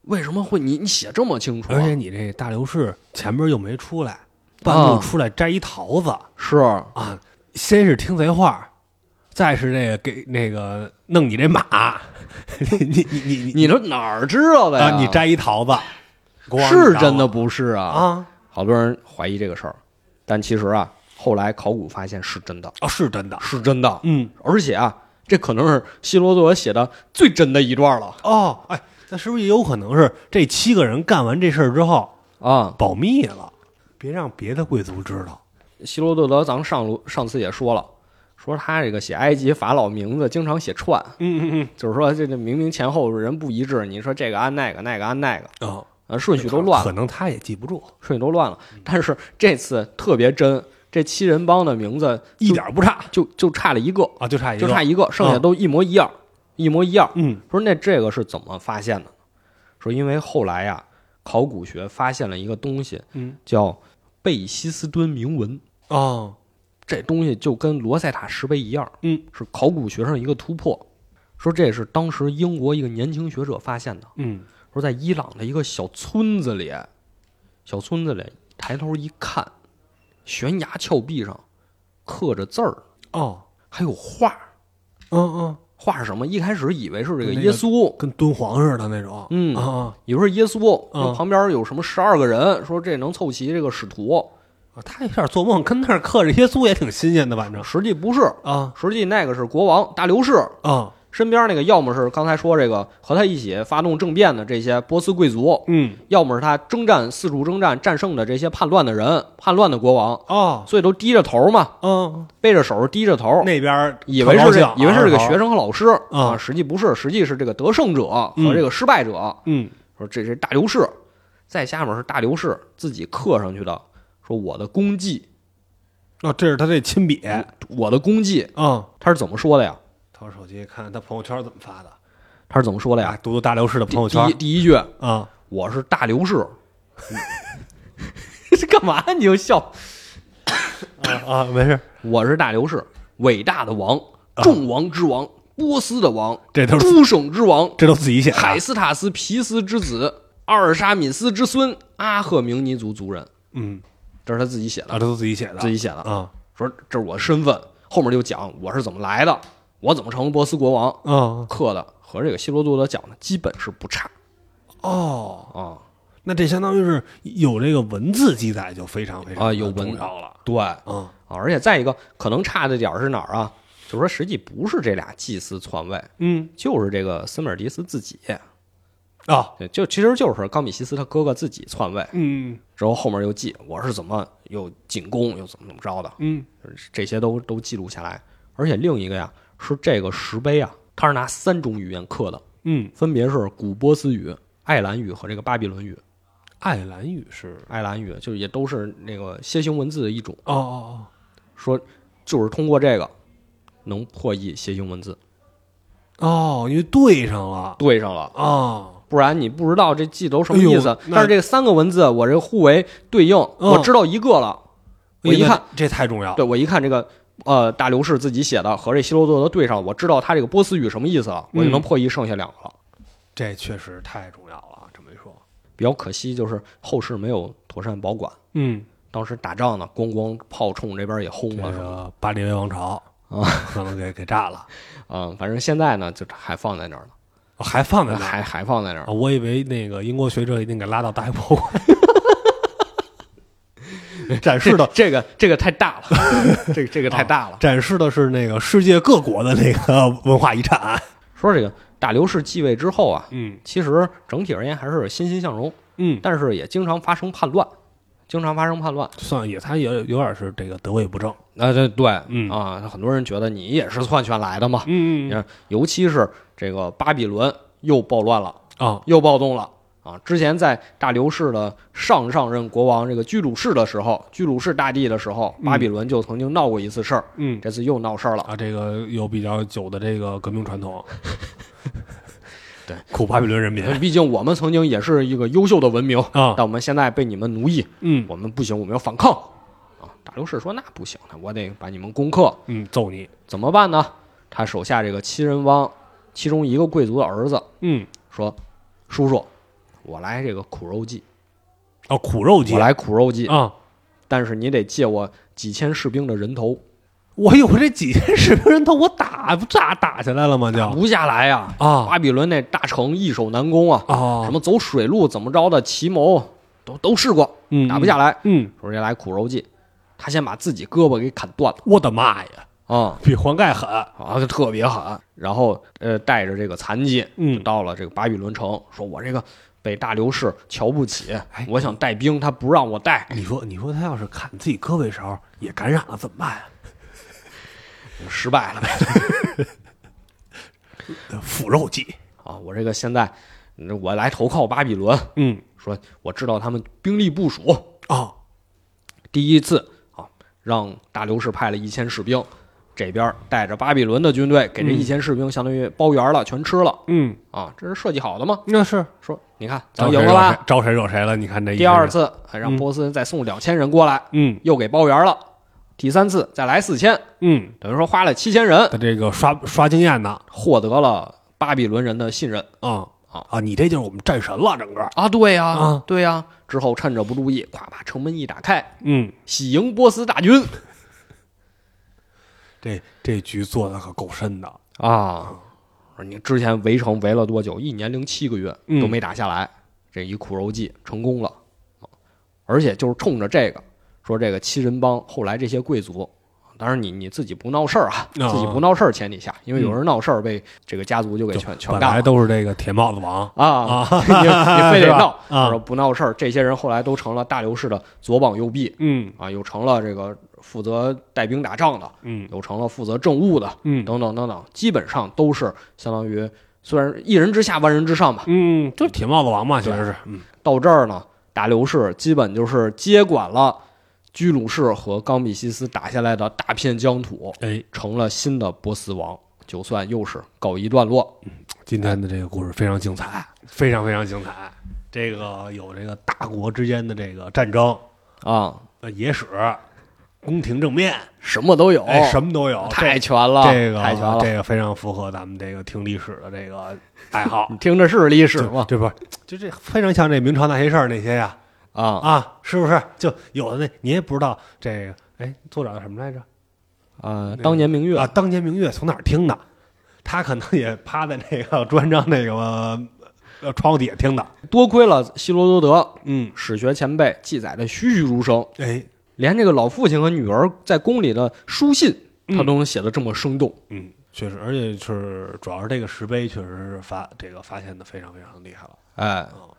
B: 为什么会你你写这么清楚、啊？
A: 而且你这大流士前面又没出来，半路出来摘一桃子
B: 是
A: 啊，先是听贼话，再是那个给那个弄你这 马，你你你你
B: 你这哪儿知道的呀？
A: 啊，你摘一桃子，国王
B: 是
A: 你
B: 真的
A: 知
B: 不是
A: 道吗
B: 啊？
A: 啊？
B: 好多人怀疑这个事儿，但其实啊，后来考古发现是真的，
A: 哦，是真的，
B: 是真的。
A: 嗯，
B: 而且啊，这可能是希罗多德写的最真的一段了
A: 哦，哎，那是不是也有可能是这七个人干完这事儿之后
B: 啊。
A: 保密了，别让别的贵族知道？
B: 希罗多德，咱们上路上次也说了，说他这个写埃及法老名字经常写串，
A: 嗯嗯
B: 就是说这这明明前后人不一致，你说这个按那个，那个按那个，
A: 嗯，哦。
B: 呃，顺序都乱
A: 可
B: 了，
A: 能他也记不住，
B: 顺序都乱了。但是这次特别真，这七人帮的名字
A: 一点儿不差
B: 就就差了一个，
A: 啊，就差一个，
B: 就差一个，剩下都一模一样，一模一样。
A: 嗯
B: 说那这个是怎么发现的呢？说因为后来呀、考古学发现了一个东西，
A: 嗯
B: 叫贝希斯敦铭文。
A: 哦，
B: 这东西就跟罗塞塔石碑一样，
A: 嗯，
B: 是考古学上一个突破。说这是当时英国一个年轻学者发现的，
A: 嗯
B: 说在伊朗的一个小村子里，小村子里抬头一看，悬崖峭壁上刻着字儿，
A: 哦，
B: 还有画儿。
A: 嗯嗯，
B: 画是什么？一开始以为是这个
A: 那个
B: 耶稣，
A: 跟敦煌似的那种，
B: 嗯
A: 啊
B: 比如说耶稣，
A: 嗯
B: 说旁边有什么十二个人，说这能凑齐这个使徒，
A: 啊，他有点做梦，跟那儿刻着耶稣也挺新鲜的，反正
B: 实际不是，
A: 啊
B: 实际那个是国王大流士
A: 啊，
B: 身边那个，要么是刚才说这个和他一起发动政变的这些波斯贵族，
A: 嗯
B: 要么是他征战四处征战战胜的这些叛乱的人，叛乱的国王，
A: 哦
B: 所以都低着头嘛，
A: 嗯，
B: 背着手低着头。
A: 那边儿
B: 以为是
A: 特高
B: 这，
A: 兴
B: 以为是这个
A: 啊
B: 学生和老师
A: 嗯
B: 啊，实际不是，实际是这个得胜者和这个失败者。
A: 嗯
B: 说这是大流士，在下面是大流士自己刻上去的，说我的功绩，
A: 哦，这是他这亲笔
B: 我的功绩，
A: 啊，
B: 他是怎么说的呀？
A: 掏手机看看他朋友圈怎么发的，
B: 他是怎么说的
A: 啊，
B: 呀？
A: 读读大流士的
B: 第
A: 朋友
B: 第一
A: 圈
B: 第一句，
A: 啊，
B: 我是大流士，这干嘛你就笑？
A: 啊啊，没事，
B: 我是大流士，伟大的王，众王之王，波斯的王，
A: 这都是
B: 诸省 之王，
A: 这都自己写的，
B: 海斯塔斯皮斯之子，阿尔沙敏斯之孙，阿赫明尼族族人，
A: 嗯
B: 这是他自己写
A: 啊，这
B: 的，
A: 都自己写的，
B: 自己写的。
A: 啊
B: 说这是我身份，后面就讲我是怎么来的，我怎么成为波斯国王，
A: 啊
B: 刻的和这个希罗多德讲的基本是不差
A: 哦。
B: 啊
A: 那这相当于是有这个文字记载就非常非常
B: 啊，有文
A: 重要了，
B: 对啊，
A: 啊，
B: 而且再一个可能差的点儿是哪儿啊？就是说实际不是这俩祭司篡位，
A: 嗯
B: 就是这个斯美尔迪斯自己，
A: 啊，
B: 就其实就是冈比西斯他哥哥自己篡位
A: 嗯
B: 之后，后面又记我是怎么又进宫又怎么怎么着的，
A: 嗯
B: 这些都都记录下来。而且另一个呀是这个石碑啊，它是拿三种语言刻的，
A: 嗯，
B: 分别是古波斯语、爱兰语和这个巴比伦语。
A: 爱兰语是
B: 爱兰语就也都是那个楔形文字的一种，
A: 哦哦
B: 说就是通过这个能破译楔形文字。
A: 哦哦，因为对上了
B: 对上了，
A: 哦，
B: 不然你不知道这记楼什么
A: 哎呦
B: 意思。
A: 那嗯
B: 但是这三个文字我这互为对应，我知道一个了。我一
A: 哎
B: 看，
A: 那这太重要，
B: 对我一看这个呃大流士自己写的和这希罗多德对上，我知道他这个波斯语什么意思了，我就
A: 嗯
B: 能破译剩下两个了。
A: 这确实太重要了，这么一说，
B: 比较可惜就是后世没有妥善保管，
A: 嗯，
B: 当时打仗呢，咣咣炮冲这边也轰
A: 这
B: 了什么
A: 个巴列维王朝
B: 啊，
A: 可能给给炸了，
B: 的，嗯，反正现在呢就还放在那儿
A: 哦还放在
B: 呢，
A: 那儿。
B: 还还放在那儿
A: 啊。我以为那个英国学者已经给拉到大英博 物馆，展示哎的啊
B: 这个这个太 大了，这个这个太大了。
A: 展示的是那个世界各国的那个 文化遗产。
B: 说这个大流士继位之后啊，
A: 嗯
B: 其实整体而言还是欣欣向荣，
A: 嗯，
B: 但是也经常发生叛乱，经常发生叛乱。
A: 算也，他也有点是这个得位不正。
B: 啊，对对，
A: 嗯
B: 啊，很多人觉得你也是篡权来的嘛，
A: 嗯
B: 嗯尤其是这个巴比伦又暴乱了，
A: 啊，
B: 又暴动了啊！之前在大流士的上上任国王这个居鲁士的时候，居鲁士大帝的时候，巴比伦就曾经闹过一次事儿，
A: 嗯
B: 这次又闹事儿了。
A: 啊，这个有比较久的这个革命传 统。
B: 对，
A: 苦巴比伦人民
B: 呃毕竟我们曾经也是一个优秀的文明，
A: 啊
B: 但，我们现在被你们奴役，
A: 嗯
B: 我们不行，我们要反抗啊！大流士说：“那不行，那我得把你们攻克，
A: 嗯，揍你。
B: 怎么办呢？”他手下这个七人帮，其中一个贵族的儿子
A: 嗯，
B: 说：“叔叔，我来这个苦肉计，
A: 哦，苦肉计
B: 我来苦肉计，
A: 啊。
B: 但是你得借我几千士兵的人头，
A: 我有这几千 士兵人头，我打不炸打下来了吗？就
B: 不下来呀、
A: 啊
B: 巴比伦那大城易守难攻啊，
A: 啊
B: 什，么走水路怎么着的，奇谋都都试过，
A: 嗯
B: 打不下。来。
A: 嗯，
B: 说这来苦肉计，他先把自己胳膊给砍断了
A: 我的妈呀，
B: 啊、
A: 比黄盖狠。
B: 啊，就特别狠。然后呃，带着这个残疾，
A: 嗯
B: 就到了这个巴比伦城，说我这个被大流士瞧不起
A: 哎，
B: 我想带兵，他不让我带。
A: 你说，你说他要是砍自己胳膊时候也感染了怎么办呀？
B: 失败了呗。
A: 呃腐肉计。
B: 啊，我这个现在我来投靠巴比伦，
A: 嗯
B: 说我知道他们兵力部署。
A: 啊，
B: 第一次啊，让大流士派了一千士兵，这边带着巴比伦的军队，给这
A: 嗯
B: 一千士兵相当于包圆了，全吃了
A: 嗯，
B: 啊，这是设计好的吗？
A: 那是
B: 说你看咱
A: 招
B: 们
A: 谁
B: 赢
A: 惹
B: 了
A: 谁
B: 吧？？
A: 招谁惹谁了？你看这一
B: 第二
A: 下
B: 次还让
A: 嗯
B: 波斯人再送两千人过来，
A: 就，嗯
B: 又给包圆了。第三次再来四千，
A: 嗯，
B: 等于说花了七千人，
A: 他这个刷刷经验呢。
B: 获得了巴比伦人的信任
A: 啊
B: 啊
A: 啊，你这就是我们战神了，整个。
B: 啊！对呀、
A: 啊
B: 对呀、之后趁着不注意，咵把城门一打开，
A: 嗯，
B: 喜迎波斯大军
A: 这这局做的可够深的。
B: 啊！说你之前围城围了多久？一年零七个月
A: 嗯
B: 都没打下来，这一苦肉计成功了，啊而且就是冲着这个说这个七人帮后来这些贵族，当然你你自己不闹事儿啊，
A: 啊
B: 自己不闹事儿前提下，因为有人闹事儿被这个家族就给
A: 就
B: 全全
A: 本
B: 干
A: 来
B: 了。
A: 都是这个铁帽子王
B: 啊， 你你 非
A: 是
B: 得
A: 吧
B: 闹，
A: 啊
B: 说不闹事儿，这些人后来都成了大流士的左膀右臂
A: 嗯
B: 啊，又成了这个负责带兵打仗的，
A: 嗯
B: 又成了负责政务的，
A: 嗯
B: 等等等等，基本上都是相当于虽然一人之下万人之上吧。
A: 嗯，就是铁帽子王嘛，其
B: 对
A: 实是。嗯
B: 到这儿呢，大流士基本就是接管了居鲁士和冈比西斯打下来的大片疆土，
A: 哎，
B: 成了新的波斯王。就算又是告一段落，
A: 今天的这个故事非常精彩，非常非常精彩。这个有这个大国之间的这个战争，
B: 啊，
A: 呃，野史、宫廷政变，
B: 什么都有，
A: 哎，什么都有。
B: 哦太全了，
A: 这个啊
B: 太全了。
A: 这个非常符合咱们这个听历史的这个爱好。
B: 你听着 是历史
A: 就
B: 吗？
A: 这不是，就这非常像这明朝那些事儿那些呀
B: 啊
A: 啊，是不是？就有的那你也不知道这个，哎，作者叫什么来着？
B: 啊，当年明月
A: 啊，当年明月从哪儿听的？他可能也趴在那个朱元璋那个呃窗户底下听的。
B: 多亏了希罗多德
A: 嗯，
B: 史学前辈记载的栩栩如生，
A: 哎，
B: 连这个老父亲和女儿在宫里的书信，他都能写得这么生动。
A: 嗯，确实，而且是主要是这个石碑确实是发这个发现的非常非常厉害了。
B: 哎，
A: 哦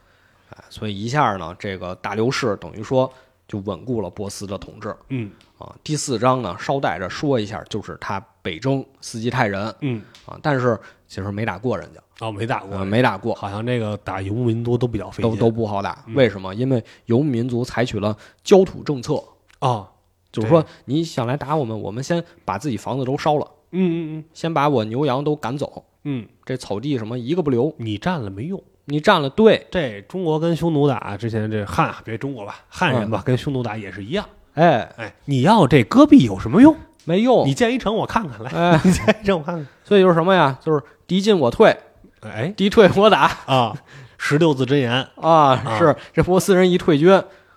B: 哎所以一下呢，这个大流士等于说就稳固了波斯的统治
A: 嗯
B: 啊。第四章呢，捎带着说一下，就是他北征斯基泰人
A: 嗯，
B: 啊，但是其实没打过人家，
A: 哦，没打
B: 啊
A: 过，
B: 没打过，
A: 好像这个打游牧民族都比较费
B: 都
A: 劲。嗯
B: 都不好打。为什么？因为游牧民族采取了焦土政策，
A: 哦，
B: 就是说你想来打我们，我们先把自己房子都烧了，
A: 嗯嗯
B: 先把我牛羊都赶走，
A: 嗯，
B: 这草地什么一个不留，
A: 你占了没用。
B: 你占了对，
A: 这中国跟匈奴打之前，这汉别中国吧，汉人吧，
B: 嗯
A: 跟匈奴打也是一样。
B: 哎，
A: 哎，你要这戈壁有什么用？
B: 没用
A: 你，建一城我看看来，
B: 哎，
A: 你建一城我看看。
B: 所以就是什么呀？就是敌进我退，
A: 哎
B: 敌退我打
A: 啊，十六字真言，
B: 啊！是这波斯人一退军，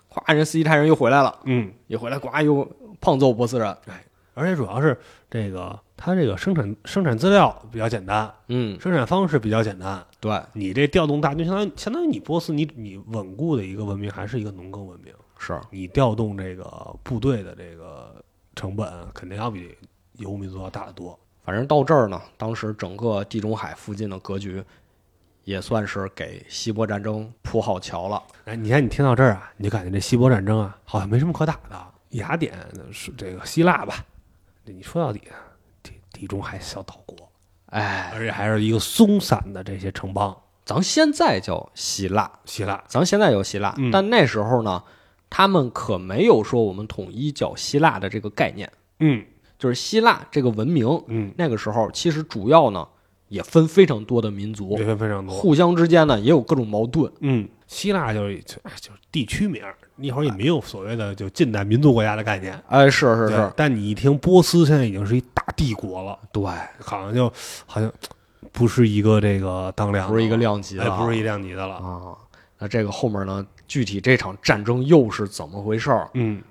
B: 咵，人斯基泰人又回来了，
A: 嗯，
B: 一回来呱又胖揍波斯人，
A: 而且主要是这个，它这个生产生产资料比较简单，
B: 嗯，
A: 生产方式比较简单。
B: 对，
A: 你这调动大军，相当于相当于你波斯，你你稳固的一个文明还是一个农耕文明，
B: 是，
A: 你调动这个部队的这个成本肯定要比游牧民族要大得多。
B: 反正到这儿呢，当时整个地中海附近的格局，也算是给希波战争铺好桥了。
A: 哎，你看你听到这儿啊，你就感觉这希波战争啊，好像没什么可打的。雅典是这个希腊吧？你说到底，啊地地中海小岛国，
B: 哎，
A: 而且还是一个松散的这些城邦。
B: 咱现在叫希腊，
A: 希腊，
B: 咱现在有希腊，
A: 嗯
B: 但那时候呢，他们可没有说我们统一叫希腊的这个概念，
A: 嗯
B: 就是希腊这个文明，
A: 嗯，
B: 那个时候其实主要呢也分非常多的民族
A: 这，分非常多。
B: 互相之间呢也有各种矛盾。
A: 嗯，希腊就是就哎就是地区名儿，那会儿也没有所谓的就近代民族国家的概念。
B: 哎，是是
A: 对
B: 是，
A: 但你一听波斯现在已经是一大帝国了，
B: 对，
A: 好像就好像不是一个这个当量的了，
B: 不是一个量级的
A: 哎
B: 啊，
A: 不是一量级的了。
B: 啊。那这个后面呢，具体这场战争又是怎么回事儿？啊
A: 嗯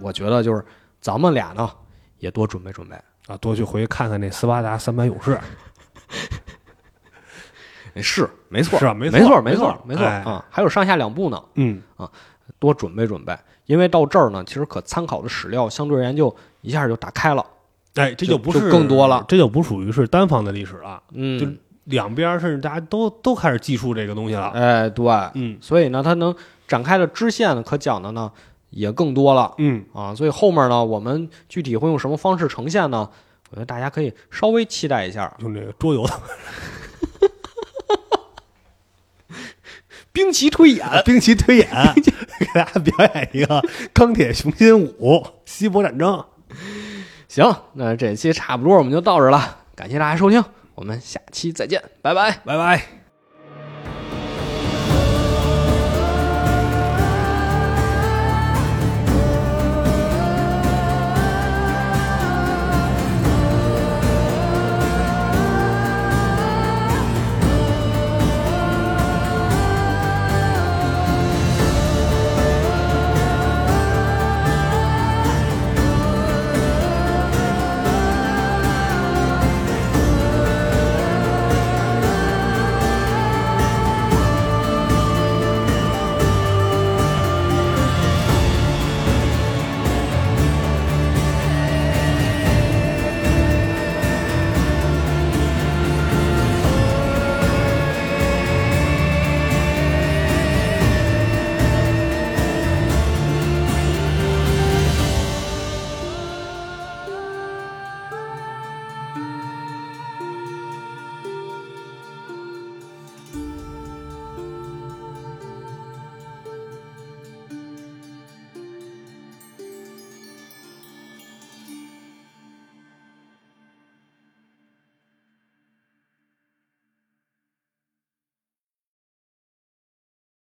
B: 我觉得就是咱们俩呢也多准备准备。
A: 啊，多去回去看看那斯巴达三百勇士，
B: 哎是，没错，
A: 是吧
B: 没
A: 没错
B: 错，
A: 没错
B: 错，没错
A: 哎
B: 啊！还有上下两部呢，
A: 嗯
B: 多准备准备，因为到这儿呢，其实可参考的史料相对而言就一下就打开了。
A: 哎，这
B: 就
A: 不
B: 就是更多了
A: 这就不属于是单方的历史了，
B: 嗯，
A: 两边儿甚至大家都都开始记述这个东西了。
B: 哎，对，
A: 嗯
B: 所以呢，它能展开的支线呢，可讲的呢也更多了
A: 嗯，
B: 啊。所以后面呢，我们具体会用什么方式呈现呢？我觉得大家可以稍微期待一下。
A: 用这个桌游的
B: 兵棋推演，
A: 兵棋推演，给大家表演一个钢铁雄心五希伯战争。
B: 行，那这期差不多我们就到这儿了，感谢大家收听，我们下期再见，拜拜。
A: 拜拜。